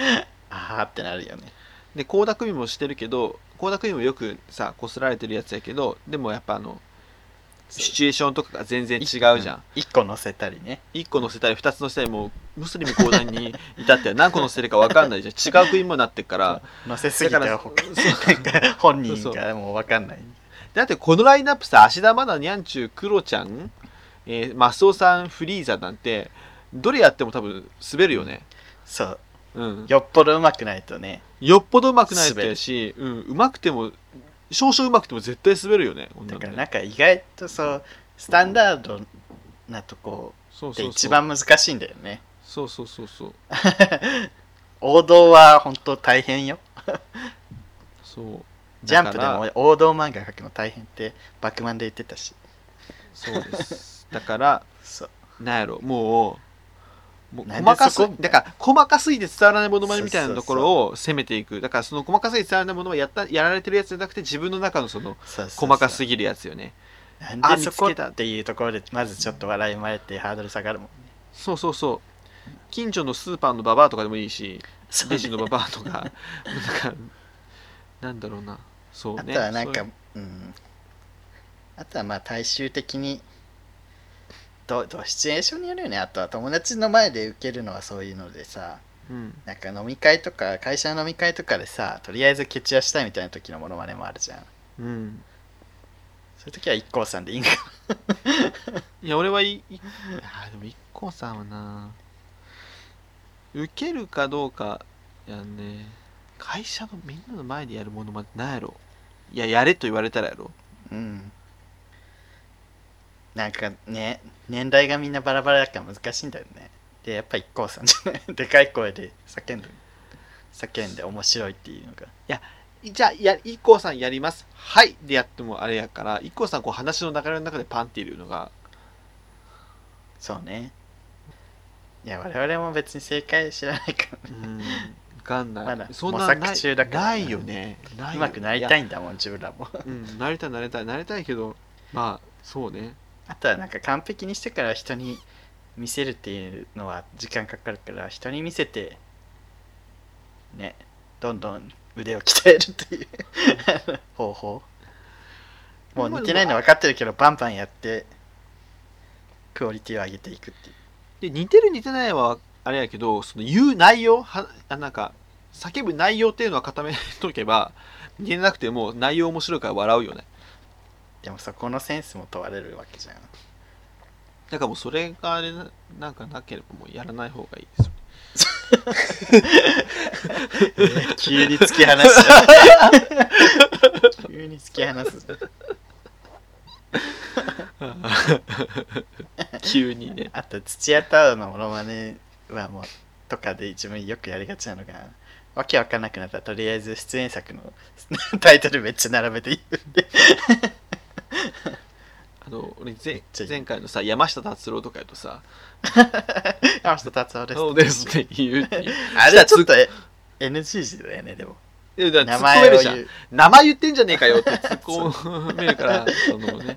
B: ああってなるよね
A: で倖田來未もしてるけど倖田來未もよくさこすられてるやつやけどでもやっぱあの
B: そう
A: シチュエーションとかが全然違うじゃん、
B: 1個乗せたりね
A: 1個乗せたり2つ乗せたりもうムスリム講談に至っては何個乗せてるか分かんないじゃん違う国もなってっから
B: 乗せすぎた
A: だから
B: らほかなんか本人
A: そう
B: がもうわかんない
A: だってこのラインナップさ芦田愛菜にゃんちゅうクロちゃん、えー、マスオさんフリーザなんてどれやっても多分滑るよね
B: そう
A: うん
B: よっぽどうまくないとね
A: よっぽど上手くないとやし、うん、上手くても少々上手くても絶対滑るよねこんな
B: だ
A: の
B: か
A: ね
B: らなんか意外とそうスタンダードなとこ
A: そう
B: って
A: そうそう
B: 一番難しいんだよね
A: そうそうそうそう
B: 王道は本当大変よ
A: そう
B: ジャンプで
A: だか
B: も王道漫画描くの大変ってバックマンで言ってたし
A: らそうですだから
B: そう
A: なんやろもうもう
B: なん
A: 細
B: で
A: かす
B: そこ
A: だから細かすぎて伝わらないものまねみたいなところを攻めていくだからその細かすぎて伝わらないものはやったやられてるやつじゃなくて自分の中のその
B: そうそうそう
A: 細かすぎるやつよね
B: なんでそこ
A: あ見つけた
B: っていうところでまずちょっと笑い生まれてハードル下がるもんね
A: そうそうそう近所のスーパーのババアとかでもいいし
B: そう
A: レジのババアとかなんかなんだろうなそう
B: あ
A: ね
B: とはなんか、
A: そういう
B: ん、あとはまあ大衆的にどうどうシチュエーションによるよねあとは友達の前で受けるのはそういうのでさ
A: ううん
B: なんか飲み会とか会社の飲み会とかでさとりあえずケチアしたいみたいな時のモノマネもあるじゃん
A: うん
B: そういう時は IKKO さんでいいんか
A: いや俺はいいあーでも IKKO さんはな受けるかどうかやんね会社のみんなの前でやるものまでなんやろいややれと言われたらやろ
B: うんなんかね年代がみんなバラバラだから難しいんだよねでやっぱ IKKO さんじゃない でかい声で叫んで叫んで面白いっていうのが
A: じゃあや IKKO さんやりますはいでやってもあれやから IKKO さんこう話の流れの中でパンっていうのが
B: そうね。いや、我々も別に正解知らないから、
A: うんわかんない、
B: まだ
A: そんな
B: 模
A: ない
B: 索中だから
A: ないよねな
B: う
A: い
B: まくなりた
A: い
B: いんだもん、自分らも。
A: やうんなりたいなりたいなりたいけどまあそうね
B: あとはなんか完璧にしてから人に見せるっていうのは時間かかるから、人に見せて、ね、どんどん腕を鍛えるっていう 方法。もう似てないの分かってるけど、バンバンやって、クオリティを上げていくっていう。
A: で似てる似てないはあれやけどその言う内容はあなんか叫ぶ内容っていうのは固めとけば似てなくても内容面白いから笑うよね
B: でもそこのセンスも問われるわけじゃん。
A: だからもうそれがあれななんかなければもうやらない方がいいです よ
B: 急に突き放す急に突き放す
A: 急にね
B: あと土屋太鳳のモノマネはもうとかで自分よくやりがちなのがわけわかんなくなったらとりあえず出演作のタイトルめっちゃ並べて言う
A: あの俺ぜ
B: ちゃいい
A: 前回のさ山下達郎とかやとさ
B: 「あの人達夫
A: 「
B: です」
A: そうです」って言うっていう
B: あれはちょっと NG だよねでも
A: いやだから
B: 名
A: 突っ込め
B: 前
A: る
B: を
A: じゃ
B: 言
A: ん
B: う
A: 名前言ってんじゃねえかよって突っ込めるからそのね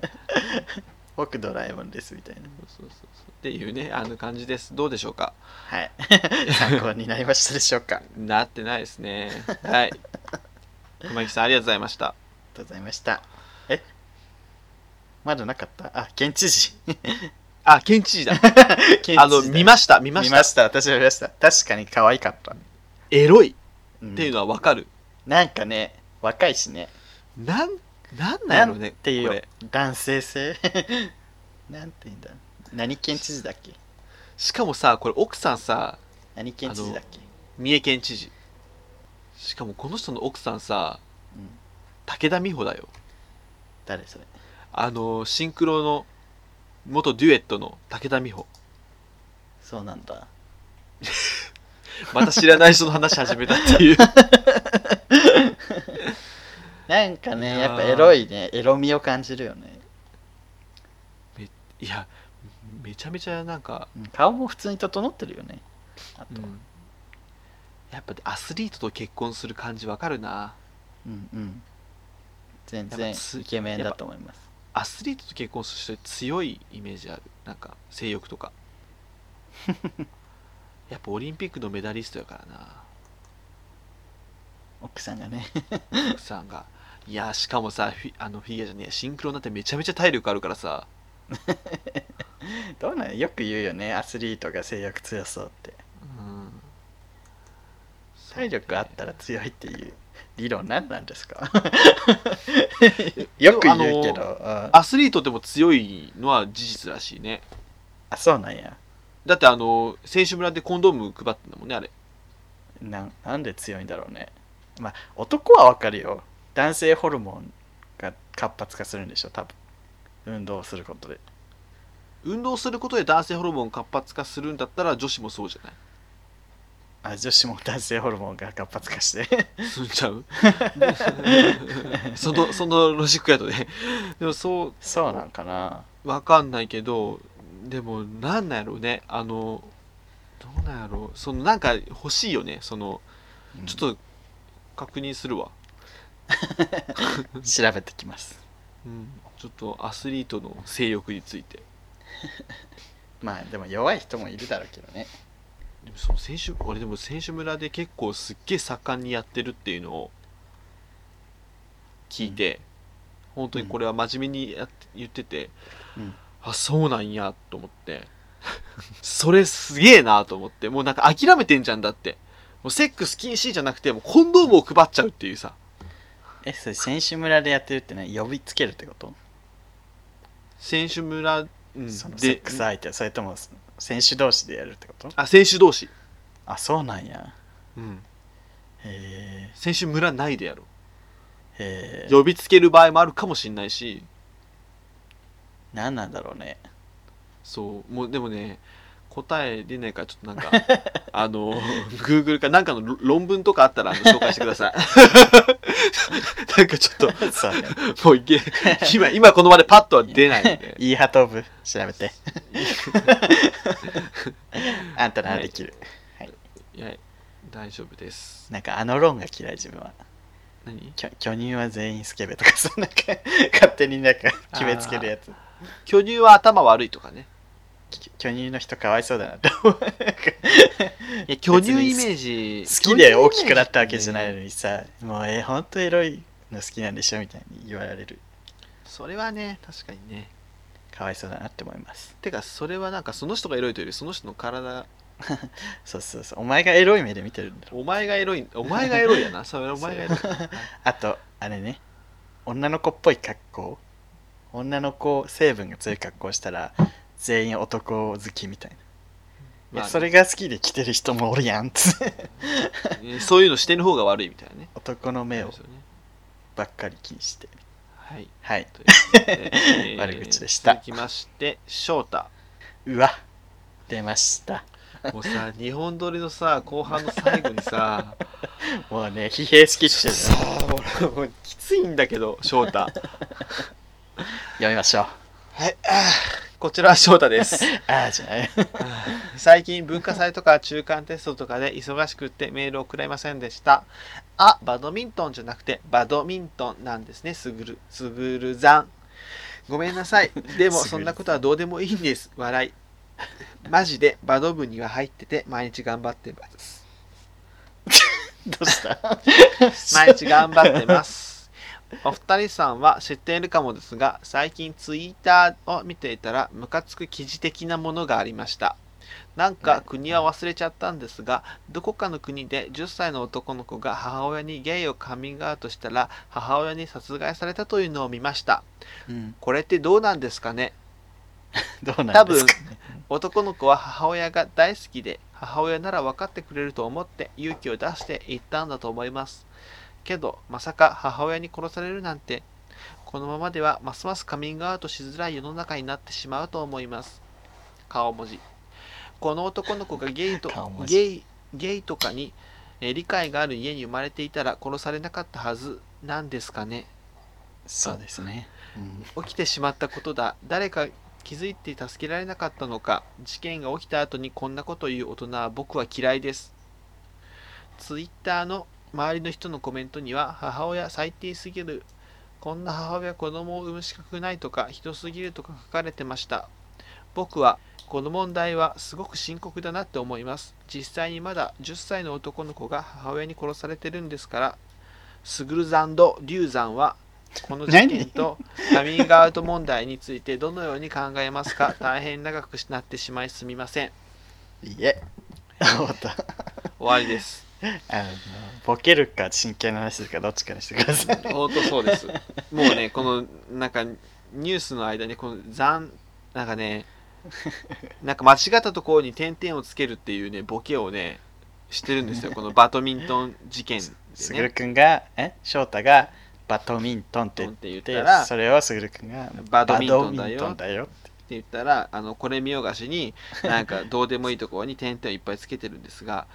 B: 「僕ドラえもんです」みたいな
A: そうそうそうっていうねあの感じですどうでしょうか
B: はい参考になりましたでしょうかあり
A: なってないですねはい熊木さんありがとうございました
B: がとうございましたえまだなかったあ県知事
A: あ県知事だ
B: 県知事だ
A: あの見ました見ました
B: 私も見ました確かに可愛かった、
A: エロい
B: うん
A: っていうのはわかる、
B: なんかね若いしね
A: なんなんなんや
B: な
A: ろ
B: ん
A: うね
B: てい
A: こ
B: う
A: れ
B: 男性性 なんていうんだ何県知事だっけ
A: しかもさこれ奥さんさ
B: 何県知事だっけ
A: 三重県知事しかもこの人の奥さんさ、
B: うん
A: 武田美穂だよ
B: 誰それ
A: あのシンクロの元デュエットの武田美穂
B: そうなんだ
A: また知らない人の話始めたっていう
B: なんか
A: いや
B: ね
A: ー
B: やっぱエロいねエロみを感じるよね、
A: いやめちゃめちゃなんか、
B: うん顔も普通に整ってるよねあと、うん、
A: やっぱアスリートと結婚する感じわかるな
B: うん全
A: や
B: 然
A: っぱつ
B: イケメンだと思います
A: アスリートと結婚する人強いイメージあるなんか性欲 とかやっぱオリンピックのメダリストやからな
B: 奥さんがね
A: 奥さんがいやしかもさフィあのフィギュアじゃねえシンクロなんてめちゃめちゃ体力あるからさ
B: どうなんよく言うよねアスリートが性欲強そうって
A: うん
B: 体力あったら強いっていう理論何なんですかよく言うけ
A: でも
B: ど、あ
A: アスリートでも強いのは事実らしいね
B: あそうなんや
A: だってあの選手村でコンドーム配ってんだもんねあれ
B: なんなんで強いんだろうねまあ男はわかるよ男性ホルモンが活発化するんでしょ多分運動することで
A: 運動することで男性ホルモン活発化するんだったら女子もそうじゃない
B: あ女子も男性ホルモンが活発化して
A: 済んじゃうそのそのロジックやとねでもそ
B: そうなんかな
A: うわかんないけどでもなんなんやろうねあのどうなんやろうそのなんか欲しいよねそのちょっと確認するわ、
B: と調べてきます
A: うん、ちょっとアスリートの性欲について
B: まあでも弱い人もいるだろうけどね
A: でもその選手俺でも選手村で結構すっげえ盛んにやってるっていうのを聞いて、本当にこれは真面目にやって言ってて、
B: うん
A: あそうなんやと思ってそれすげえなと思ってもうなんか諦めてんじゃんだってもうセックス禁止じゃなくてもうコンドームを配っちゃうっていうさ
B: え、それ選手村でやってるってね、呼びつけるってこと、
A: 選手村うん
B: そのセ
A: で
B: ックス相手、それとも選手同士でやるってこと
A: あ選手同士、
B: あ、そうなんや。
A: うん、
B: へ
A: 選手村内でやろ
B: え。
A: う
B: へえ。
A: 呼びつける場合もあるかもしれないし
B: 何なんだろうね。
A: そうもうでもね答え出ないからちょっとな んかあの Google かなんかの論論文とかあったらあの紹介してくださいなんかちょっと
B: そう ね。
A: もういけ今今この場でパッとは出ないんで
B: イーハトーブ調べ て。あんたならできる。
A: いや大丈夫です
B: なんかあの論が嫌い自分は。
A: 何
B: 巨巨乳は全員スケベとかさ、なんか 勝手になんか決めつけるやつ。
A: 巨乳は頭悪いとかね
B: き巨乳の人かわいそうだなって思 う。
A: いや巨乳イ
B: 別に
A: メージ
B: 好きで大きくなったわけじゃないのにさ、もうえ、ほんとエロいの好きなんでしょみたいに言われる。
A: それはね確かにね
B: かわいそうだなって思います。
A: てかそれはなんかその人がエロいというよりその人の体
B: そうそうそう。お前がエロい目で見てるんだろ。
A: お前がエロいお前がエロいや なそれお前がエロい
B: あと、あれね、女の子っぽい格好。女の子成分が強い格好したら、全員男好きみたいな。い
A: ま
B: や
A: あ
B: それが好きで着てる人もおるやんっつ って。
A: ねそういうのしてる方が悪いみたいなね
B: 男の目
A: そう
B: を
A: ですよね
B: ばっかり気にして。
A: はい
B: はい。
A: ということ でえー
B: 悪口でした
A: 続きまして翔太
B: うわ、出ました。
A: もうさ日本撮りのさ後半の最後に さ
B: もうね、疲弊しきってる。
A: そうもうきついんだけど翔太
B: 読みましょう。
A: こちらは翔太です
B: ああ、じゃ ない。
A: 最近文化祭とか中間テストとかで忙しくってメールをくれませんでしたあバドミントンじゃなくてバドミントンなんですねすぐるすぐるざんごめんなさいでも
B: すぐる
A: そんなことはどうでもいいんです笑いマジでバド部には入ってて毎日頑張ってます
B: どうした
A: 毎日頑張ってますお二人さんは知っているかもですが最近ツイッターを見ていたらムカつく記事的なものがありましたなんか国は忘れちゃったんですがどこかの国で10歳の男の子が母親にゲイをカミングアウトしたら母親に殺害されたというのを見ました
B: うん、
A: これってどうなんですかね
B: どうなんですか、ね、
A: 男の子は母親が大好きで母親なら分かってくれると思って勇気を出して言ったんだと思いますけどまさか母親に殺されるなんてこのままではますますカミングアウトしづらい世の中になってしまうと思います顔文字この男の子がゲイと
B: 顔文字
A: ゲイゲイとかにえー理解がある家に生まれていたら殺されなかったはずなんですかね
B: そうですね。うん、
A: 起きてしまったことだ誰か気づいて助けられなかったのか事件が起きた後にこんなことを言う大人は僕は嫌いですツイッターの周りの人のコメントには母親最低すぎるこんな母親子供を産む資格ないとかひどすぎるとか書かれてました僕はこの問題はすごく深刻だなって思います実際にまだ10歳の男の子が母親に殺されてるんですからスグルザンとリュウザンはこの事件とカミングアウト問題についてどのように考えますか大変長くなってしまいすみません
B: いいえ。終わった
A: 終わりです
B: あのボケるか真剣な話するかどっちかにしてくださ い。
A: 本当そうですもうねこのなんかニュースの間にこの残なんかねなんか間違ったところに点々をつけるっていうねボケをねしてるんですよこのバドミントン事件
B: す
A: で
B: ぐる
A: ね
B: くんが、え翔太がバドミントンって言っ
A: って言った
B: て
A: ら、
B: それをすぐるくんが
A: バドミントンだよ
B: バドミントンだよ。
A: って言ったらあのこれ見よがしになんかどうでもいいところに点々をいっぱいつけてるんですが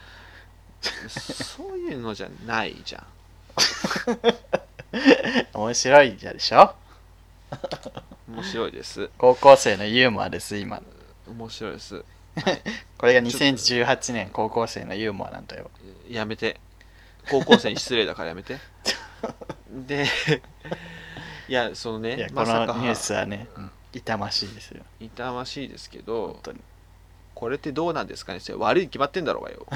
A: そういうのじゃないじゃん
B: 面白いじゃでしょ
A: 面白いです
B: 高校生のユーモアです、今。
A: 面白いです
B: これが2018年高校生のユーモアなんだよ。
A: やめて高校生に失礼だからやめ てでいやその
B: い
A: ね
B: や、こ
A: ま
B: の
A: さか
B: ニュースはね、うん痛ましいですよ。
A: 痛ましいですけ
B: 本
A: ど
B: 当に。
A: これってどうなんですかねそれ悪いに決まってんだろうが よ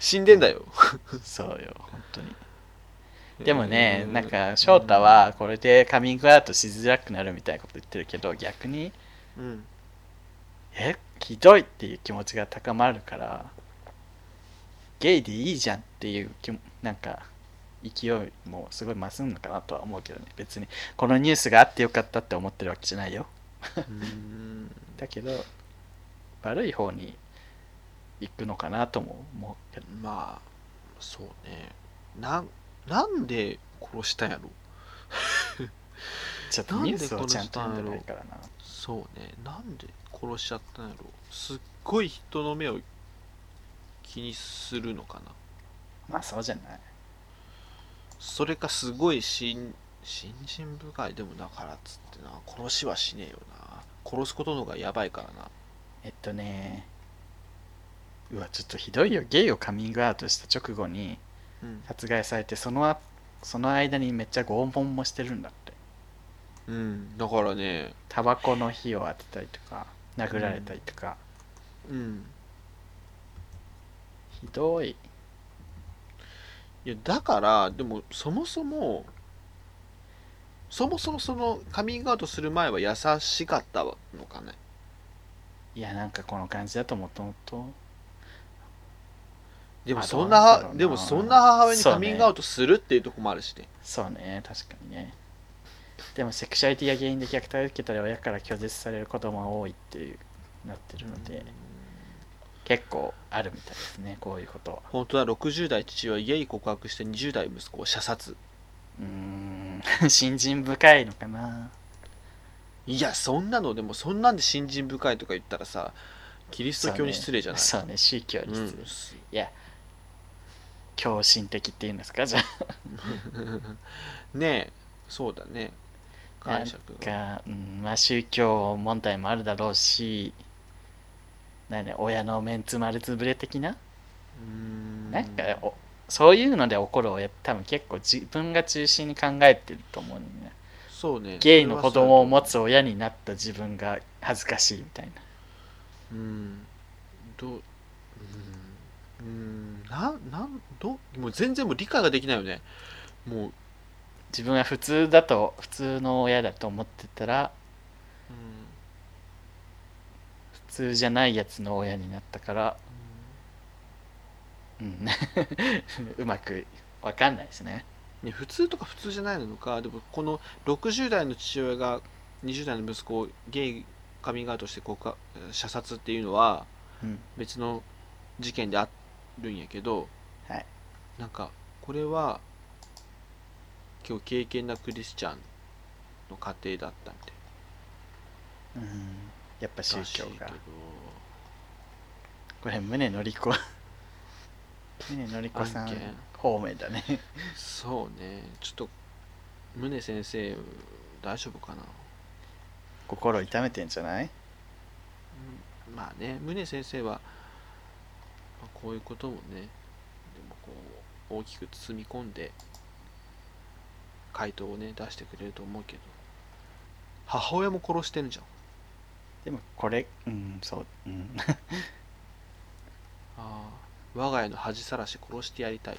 A: 死んでんだよ
B: そうよ、本当に。でもね、なんか翔太はこれでカミングアウトしづらくなるみたいなこと言ってるけど逆に
A: うん
B: えひどいっていう気持ちが高まるからゲイでいいじゃんっていう気もなんか勢いもすごい増すのかなとは思うけどね別にこのニュースがあってよかったって思ってるわけじゃないよ
A: うん
B: だけど悪い方に行くのかなとも思うけど
A: まあそうねなんなんで殺したんやろ
B: ちょっとニュースをちゃんと読んでないからな
A: そうねなんで殺しちゃったんやろすっごい人の目を気にするのかな
B: まあそうじゃない
A: それかすごい信信心深いでもだからっつってな殺しはしねえよな殺すことの方がやばいからな
B: えっとねうわちょっとひどいよゲイをカミングアウトした直後に
A: うん
B: 殺害されてそのあその間にめっちゃ拷問もしてるんだって
A: うん、だからね、
B: タバコの火を当てたりとか殴られたりとか、
A: うん、
B: ひどい
A: いやだからでもそもそもそもそもそのカミングアウトする前は優しかったのかね
B: いやなんかこの感じだともともと
A: でも
B: あ
A: そん
B: どうなん
A: な
B: だろうな
A: でもそんな母親に
B: そう
A: カ
B: ね
A: ミングアウトするっていうとこもあるしね
B: そうね確かにねでもセクシャリティが原因で虐待を受けたり親から拒絶される子供が多いっていうなってるので、結構あるみたいですねこういうことは
A: 本当は60代父は家に告白して20代息子を射殺
B: うーん 信心深いのかない
A: やそんなのでもそんなんで信心深いとか言ったらさキリスト教に失礼じゃない
B: そうねそうね宗教に失礼、狂信的っていうんですかじゃ
A: うん、 ねえそうだね
B: あな
A: 解
B: ん
A: 釈が
B: か、うんまあ、宗教問題もあるだろうしなんね、親のメンツ丸つぶれ的な
A: うーん
B: なんかおそういうので起こる親って多分結構自分が中心に考えてると思うのね
A: そうね
B: ゲイの子供を
A: も
B: 持つ親になった自分が恥ずかしいみたいな
A: うんどううんうんななんどうもう全然もう理解ができないよねもう、
B: 自分は普通だと普通の親だと思ってたら
A: うん
B: 普通じゃないやつの親になったからうん うまくわかんないですね
A: ね、普通とか普通じゃないのかでもこの60代の父親が20代の息子をゲイカミングアウトして告白射殺っていうのは
B: うん
A: 別の事件であるんやけど、
B: はい
A: なんかこれは今日経験なクリスチャンの家庭だったみたい
B: うんやっぱ宗
A: らしい
B: 教
A: け
B: が
A: ど
B: これ宗のりこ宗のりこさん
A: 案件
B: 方面だね
A: そうねちょっと宗先生大丈夫かな
B: 心痛めてんじゃない
A: うんまあね宗先生は、まあこういうこともねでもこう大きく包み込んで回答をね出してくれると思うけど母親も殺してるじゃん
B: でもこれうんそううん
A: ああ我が家の恥さらし殺してやりたい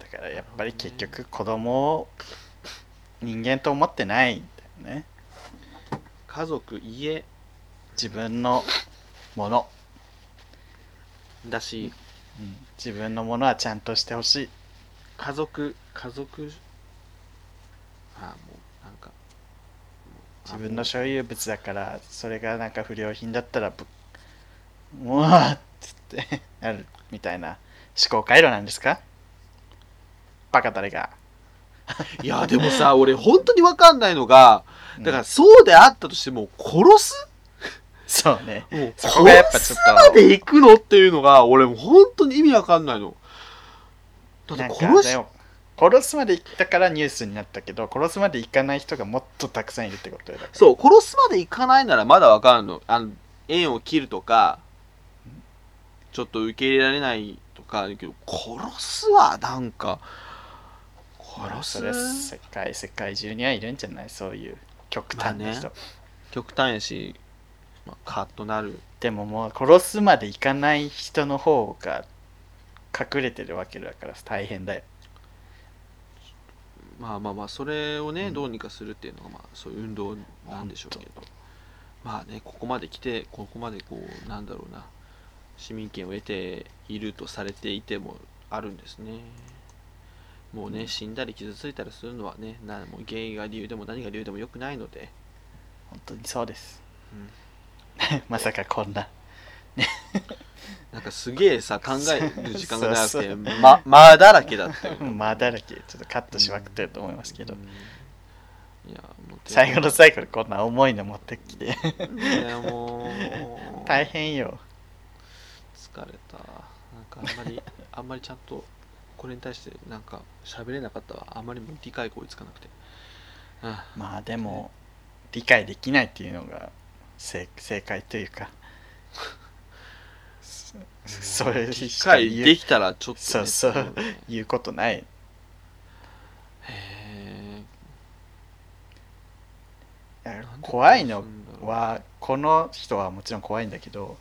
A: と
B: だからやっぱり結局子供を人間と思ってないんだよね
A: 家族家
B: 自分のもの、
A: だし
B: うん自分のものはちゃんとしてほしい
A: 家族家族ああもうなんかもうあ
B: 自分の
A: も
B: 所有物だからそれがなんか不良品だったらぶうわーっつってなるみたいな思考回路なんですかバカ誰が
A: ういやでもさ俺本当に分かんないのがだか
B: う
A: ら
B: ん
A: そうであったとしても殺す
B: そうね
A: もう
B: そこがやっぱちょっと
A: 殺すまで行くのっていうのが俺もう本当に意味わかんないのだって
B: なんか
A: 殺
B: で
A: し
B: も殺すまで行ったからニュースになったけど殺すまで行かない人がもっとたくさんいるってことだから
A: そう殺すまで行かないならまだわかんのあの縁を切るとかちょっと受け入れられないとかあるけど殺すはなんか殺
B: それは
A: す
B: 世界世界中にはいるんじゃないそういう極端な人、
A: まあ極端やし、まあ、カッとなる
B: でももう殺すまで行かない人の方が隠れてるわけだから大変だよ
A: まあまあまあそれをね、
B: うん
A: どうにかするっていうのがまあそういう運動なんでしょうけどまあねここまで来てここまでこうなんだろうな市民権を得ているとされていてもあるんですねもうね、死んだり傷ついたりするのはねなもう原因が理由でも何が理由でもよくないので
B: 本当にそうです、 まさかこんな
A: なんかすげえさ考える時間が長く
B: そう
A: て
B: そう
A: ま間だらけだったよね
B: 間だらけちょっとカットしまくってると思いますけど、
A: うんいやもう
B: 最後の最後にこんな重いの持ってきて
A: いやもう
B: 大変よ
A: 疲れたなんかあんま りあんまりちゃんとこれに対してなんか喋れなかったわあんまりもう理解が追いつかなくてあ
B: まあでも理解できないっていうのが正正解という かそそれ
A: 理
B: しか
A: 解
B: 言う
A: できたらちょっと、ね、
B: そうそう
A: っていのでね
B: 言うことない
A: へ
B: いや
A: え
B: 怖いの
A: は
B: はこの人はもちろん怖いんだけど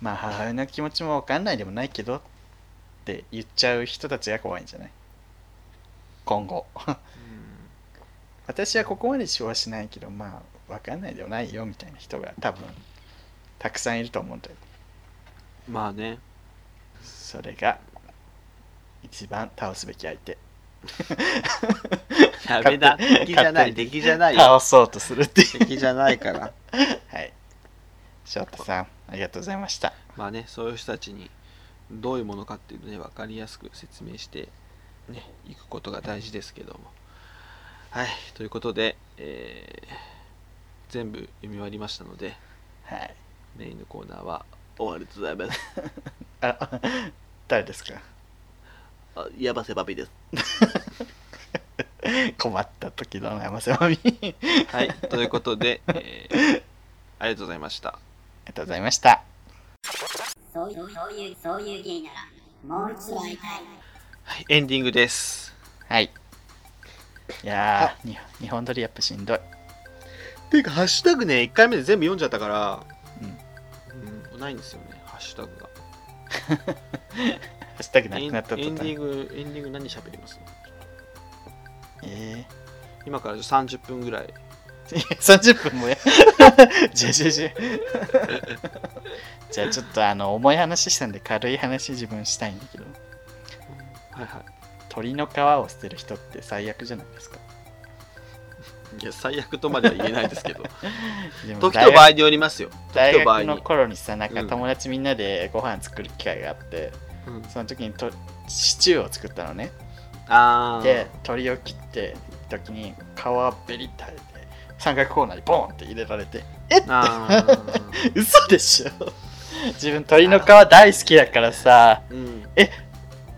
B: まあ母親の気持ちも分かんないでもないけどって言っちゃう人たちが怖いんじゃない今後 私はここまで主はしないけどまあ分かんないでもないよみたいな人が多分たくさんいると思うんだよ
A: まあね
B: それが一番倒すべき相手
A: やめだ
B: 勝手に
A: 敵じゃない
B: 勝手
A: 敵じゃないよ
B: 倒そうとするってい う
A: 敵じゃないから
B: はい翔太さんありがとうございました
A: まあねそういう人たちにどういうものかっていうのね分かりやすく説明してねいくことが大事ですけどもはいということで、えー全部読み終わりましたので
B: はい
A: メインのコーナーは終わりとざいます
B: あ 誰ですか
A: あやばせばびです
B: 困った時の山瀬まみ あり
A: はいということで、えーありがとうございました
B: がとうございました
E: そういう、そういう、そういう芸なら、もう一度会いたい。
A: はいエンディングです
B: はいいやーに日本撮りやっぱしんどい
A: ていうかハッシュタグね1回目で全部読んじゃったから
B: うん
A: うん、ないんですよねハッシュタグが
B: ハッシュタグな
A: エ
B: く
A: ン
B: なった
A: エン
B: と
A: ディングエンディング何喋ります
B: え
A: 今から30分ぐらい
B: ー、いや30分もや じゃじゃじゃ じゃあちょっとあの重い話したんで軽い話自分したいんだけど
A: はいは
B: 鳥の皮を捨てる人って最悪じゃないですか
A: い。いや、最悪とまでは言えないですけど。
B: でも
A: 時
B: 大
A: と
B: 学
A: 場合によりますよ。時
B: 大
A: と場合
B: 学
A: に。
B: の頃にさなんか
A: うん
B: 友達みんなでご飯作る機会があって、
A: うん
B: その時にとシチューを作ったのね
A: あー。
B: で鳥を切って時に皮をベリッとれて三角コーナーにボンって入れられて
A: あー
B: 嘘でしょ自分鳥の皮大好きだからさ
A: うん。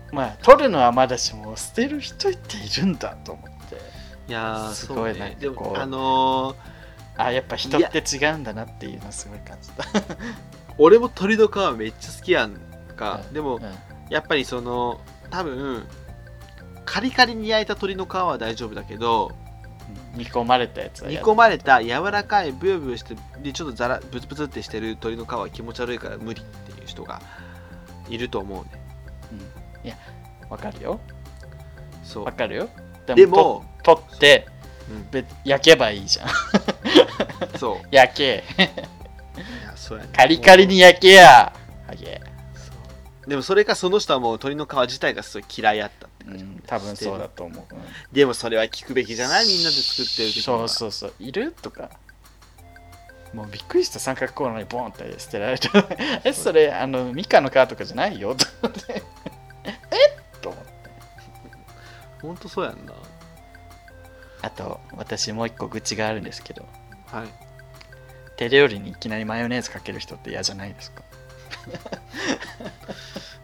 B: まあ取るのはまだしも捨てる人っているんだと思って
A: いやー、
B: すごい
A: そう
B: なん
A: ね。
B: か
A: で
B: こ
A: も、
B: う
A: あのー、
B: あやっぱ人って違うんだなっていうのはすごい感じた、
A: 俺も鳥の皮めっちゃ好きやんか。
B: うん
A: でも
B: う、ん
A: やっぱりその、多分、カリカリに焼いた鳥の皮は大丈夫だけど、
B: 煮込まれたやつは
A: 煮
B: や
A: 込まれた柔らかいブヨブヨして、で、ちょっとザラ、ブツブツってしてる鳥の皮は気持ち悪いから無理っていう人がいると思うね。
B: わかるよ
A: そう
B: わ。かるよ
A: でも、
B: と取って
A: うん
B: べ焼けばいいじゃん
A: そう。
B: 焼け
A: いやそうやね
B: カリカリに焼けやあげ
A: でもそれかその人はもう鳥の皮自体がすごい嫌いやったって
B: う
A: 感じ、
B: ん多分そうだと思う、うん
A: でもそれは聞くべきじゃないみんなで作ってる時に
B: そうそうそういるとかもうびっくりした三角コーナーにボンって捨て られてえそれあのミカの皮とかじゃないよと 思ってえと思って
A: うほんとそうやんな
B: あと私もう一個愚痴があるんですけど
A: はい
B: 手料理にいきなりマヨネーズかける人って嫌じゃないですか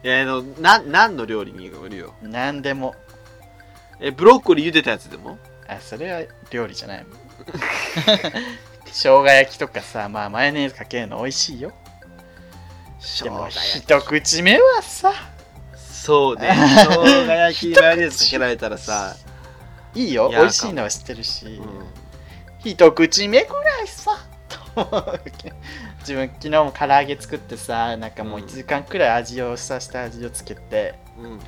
A: いやあのな何の料理によるよ
B: 何でも
A: えブロッコリー茹でたやつでも
B: あそれは料理じゃない 生姜焼きとかさまあマヨネーズかけるの美味しいよ
A: 生
B: でも
A: 焼き
B: 一口目はさ
A: そうね生姜焼 きにマヨネーズかけられたらさ、
B: いいよ
A: いや
B: 美味しいのは知ってるし、
A: うん
B: 一口目ぐらいさと思うわけ自分昨日も唐揚げ作ってさなんかもう
A: うん
B: 1時間くらい味をさした味をつけて
A: うんうん、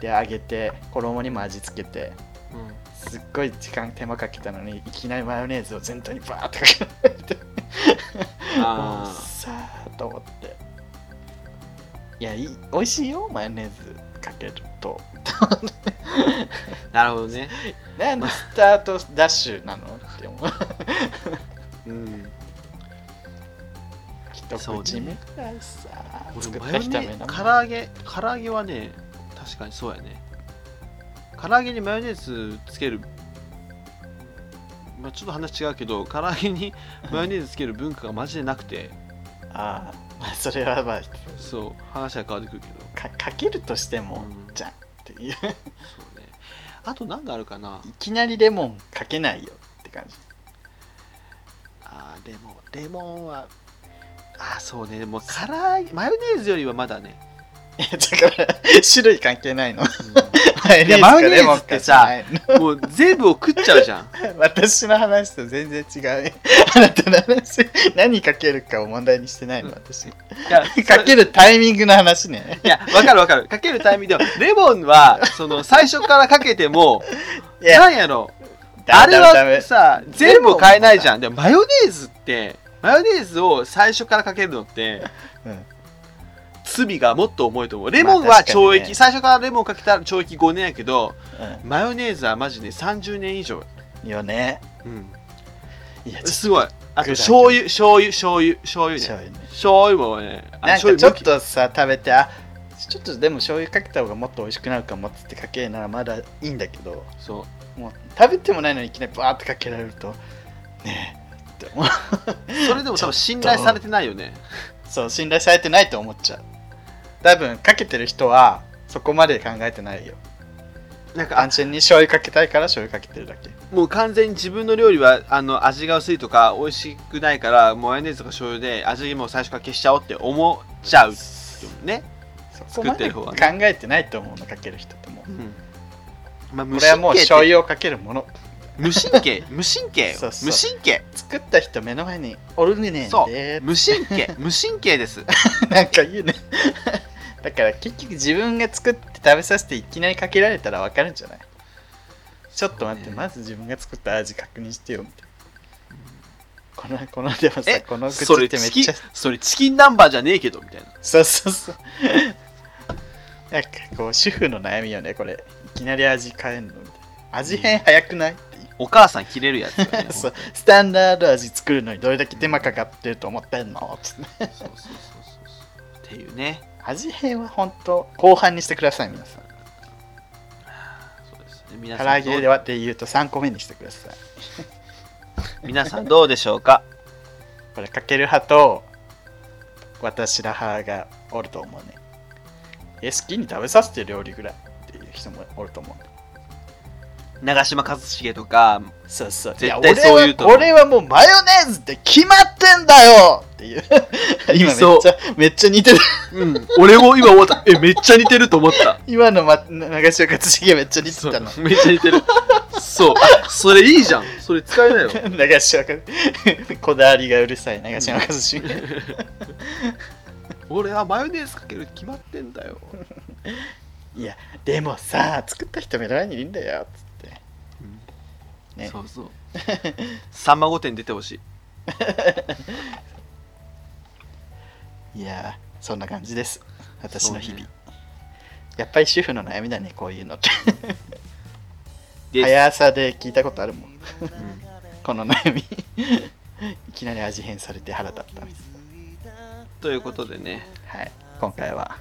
B: で揚げて衣にも味つけてすっごい時間手間かけたのにいきなりマヨネーズを全体にバーってかけられて もう
A: あ
B: さあと思っていやいい美味しいよマヨネーズかけると
A: あ、なるほどね。
B: なんでスタートダッシュなのっ て思う
A: うん。
B: 一
A: そう
B: 口目
A: ね
B: くらいさ
A: 俺
B: 作っ
A: マ
B: た
A: ヨ
B: 人
A: ネ
B: は目の
A: ー
B: 前
A: 唐揚げ唐揚げはね確かにそうやね唐揚げにマヨネーズつけるまあちょっと話違うけど唐揚げ にマヨネーズつける文化がマジでなくて
B: ああまあそれはまあ
A: そう話は変わってくるけど
B: かかけるとしても
A: うん
B: じゃんっていう
A: そうねあと何があるかない
B: きなりレモンかけないよって感じ
A: あーレモンレモンはあーそうねでも唐揚げマヨネーズよりはまだね、
B: えだから種類関係ないのマヨネーズ
A: マ
B: か
A: ヨネーズ
B: レモンかじゃないの
A: うんもう全部を食っちゃうじゃん
B: 私の話と全然違うね あなたの話何かけるかを問題にしてないの私
A: いや
B: かけるタイミングの話 ね
A: いや、わかるわかる。かけるタイミングでも、レモンは、その、最初からかけても、
B: いや
A: なんやろ、あ
B: ダメ
A: れ
B: ダメ
A: はさ、全部変えないじゃん。でも、マヨネーズって、マヨネーズを最初からかけるのって、
B: うん
A: 罪がもっと重いと思う。レモン
B: まあ
A: は
B: 確かにね
A: 懲役、最初からレモンかけたら懲役5年やけど、
B: う
A: マヨネーズはマジで30年以上。
B: んよね
A: うん。
B: いやちょっ
A: すごい。あと、
B: 具材
A: 醤油、醤油、醤油、醤
B: と
A: 油ね。
B: 醤油ね
A: 醤油もね、あ
B: なん
A: 醤
B: かち
A: 油
B: ょ
A: も
B: っとさ食べてあちょっとでも醤油かけた方がもっと美味しくなるかもっつってかけるならまだいいんだけど
A: そう。
B: もう食べてもないのにいきなりバーってかけられるとねえって思う
A: それでも多分信頼されてないよね。
B: そう信頼されてないと思っちゃう多分かけてる人はそこまで考えてないよ
A: なんか、あ
B: 安全に醤油かけたいから醤油かけてるだけ
A: もう完全に自分の料理はあの味が薄いとか美味しくないからもうマヨネーズとか醤油で味もう最初から消しちゃおうって思っちゃうね、
B: そこまで考えてないと思うのかける人ってもう
A: うんまあ、無
B: これはもう
A: 神経っ
B: 醤
A: て
B: 油をかけるもの
A: 無神経無神経よ
B: そうそう
A: 無神経
B: 作った人目の前におるねねん
A: そう
B: で
A: 無神経無神経です
B: なんか言うね だから結局自分が作って食べさせていきなりかけられたらわかるんじゃないちょっと待って、
A: そうね
B: まず自分が作った味確認してよみたいな、このこのでもさ
A: え
B: この口
A: それ
B: ってめっ
A: チキ
B: ち
A: ン
B: ゃ
A: それチキンナンバーじゃねえけどみたいな
B: そうそうそうなんかこう主婦の悩みよねこれいきなり味変えんのみたいな味変早くないっていう
A: お母さん切れるやつよね
B: そうスタンダード味作るのにどれだけ手間かかってると思ってんのつって
A: そうそうそうそうそうっていうね
B: 味変は本当後半にしてください皆さん
A: そうですね皆
B: 唐
A: さ
B: 揚
A: んど
B: げ
A: う
B: では って言うと3個目にしてください
A: 皆さんどうでしょうか
B: これかける派と私ら派がおると思うねえ好きに食べさせて料理ぐらいっていう人もおると思う
A: 長嶋一茂とか
B: そうそう
A: 絶対
B: や
A: そう言うと思う
B: 俺は俺はもうマヨネーズって決まってんだよっていう今めっ
A: そう
B: ちゃめっちゃ似てる
A: うん、俺も今思った。え、めっちゃ似てると思った。
B: 今の、ま、長嶋一茂めっちゃ似てた の
A: そうめっちゃ似てる。そう。あそれいいじゃん。それ使えないよ。
B: 長嶋かこだわりがうるさい長嶋一茂
A: 俺はマヨネーズかけるって決まってんだよ。
B: いやでもさ作った人目の前にいるんだよっつってね
A: そう そう。さんま御殿出てほしい。
B: いやーそんな感じです私の日
A: そ
B: 々、
A: うね
B: やっぱり主婦の悩みだねこういうのって
A: です
B: 早朝で聞いたことあるもん
A: うん
B: この悩みいきなり味変されて腹立ったみたい
A: ということでね。
B: なはい今回は、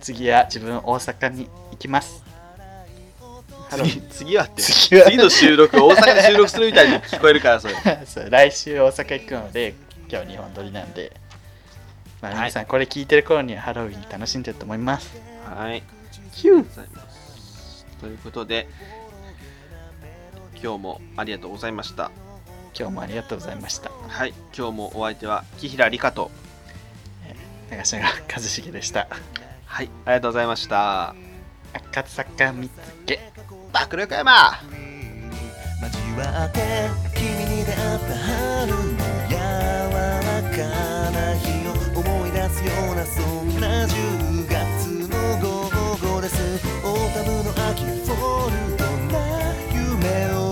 B: 次は自分大阪に行きますハロウィ
A: 次次はって
B: 次は
A: 次の収録、大阪で収録するみたいに聞こえるから、それ。
B: ン そう来週大阪行くので今日日本撮りなんで、まあ、
A: はい
B: 皆さんこれ聞いてる頃にはハロウィン楽しんでると思います
A: はい。
B: キュー
A: ございますということで、今日もありがとうございました。
B: 今日もありがとうございました
A: はい。今日もお相手は、木平理香と。
B: 長嶋一茂 でした
A: はい。ありがとうございました。
B: 赤坂見つけ
A: 爆力山
C: 交わって君に出会った春の柔らかな日を思い出すようなそんな10月の午後ですオータムの秋フォルトな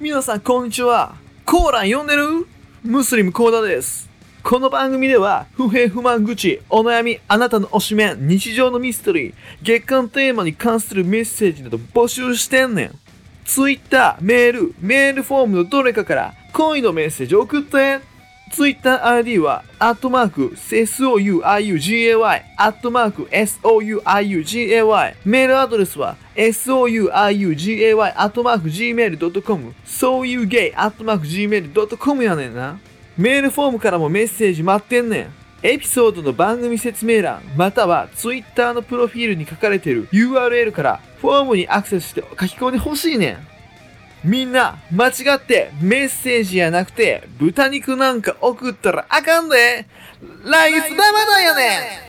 F: 皆さんこんにちはコーラン読んでるムスリムコーダですこの番組では不平不満愚痴お悩みあなたの推しメン日常のミステリー月間テーマに関するメッセージなど募集してんねん Twitter メールメールフォームのどれかから恋のメッセージ送ってツイッター ID は、アットマーク、souiugay、アットマーク、souiugay。メールアドレスは、souiugay、アットマーク、gmail.com、sougay、アットマーク、gmail.com やねんな。メールフォームからもメッセージ待ってんねん。エピソードの番組説明欄、またはツイッターのプロフィールに書かれている URL から、フォームにアクセスして書き込んでほしいねん。みんな、間違ってメッセージやなくて、豚肉なんか送ったらあかんで来月生だよね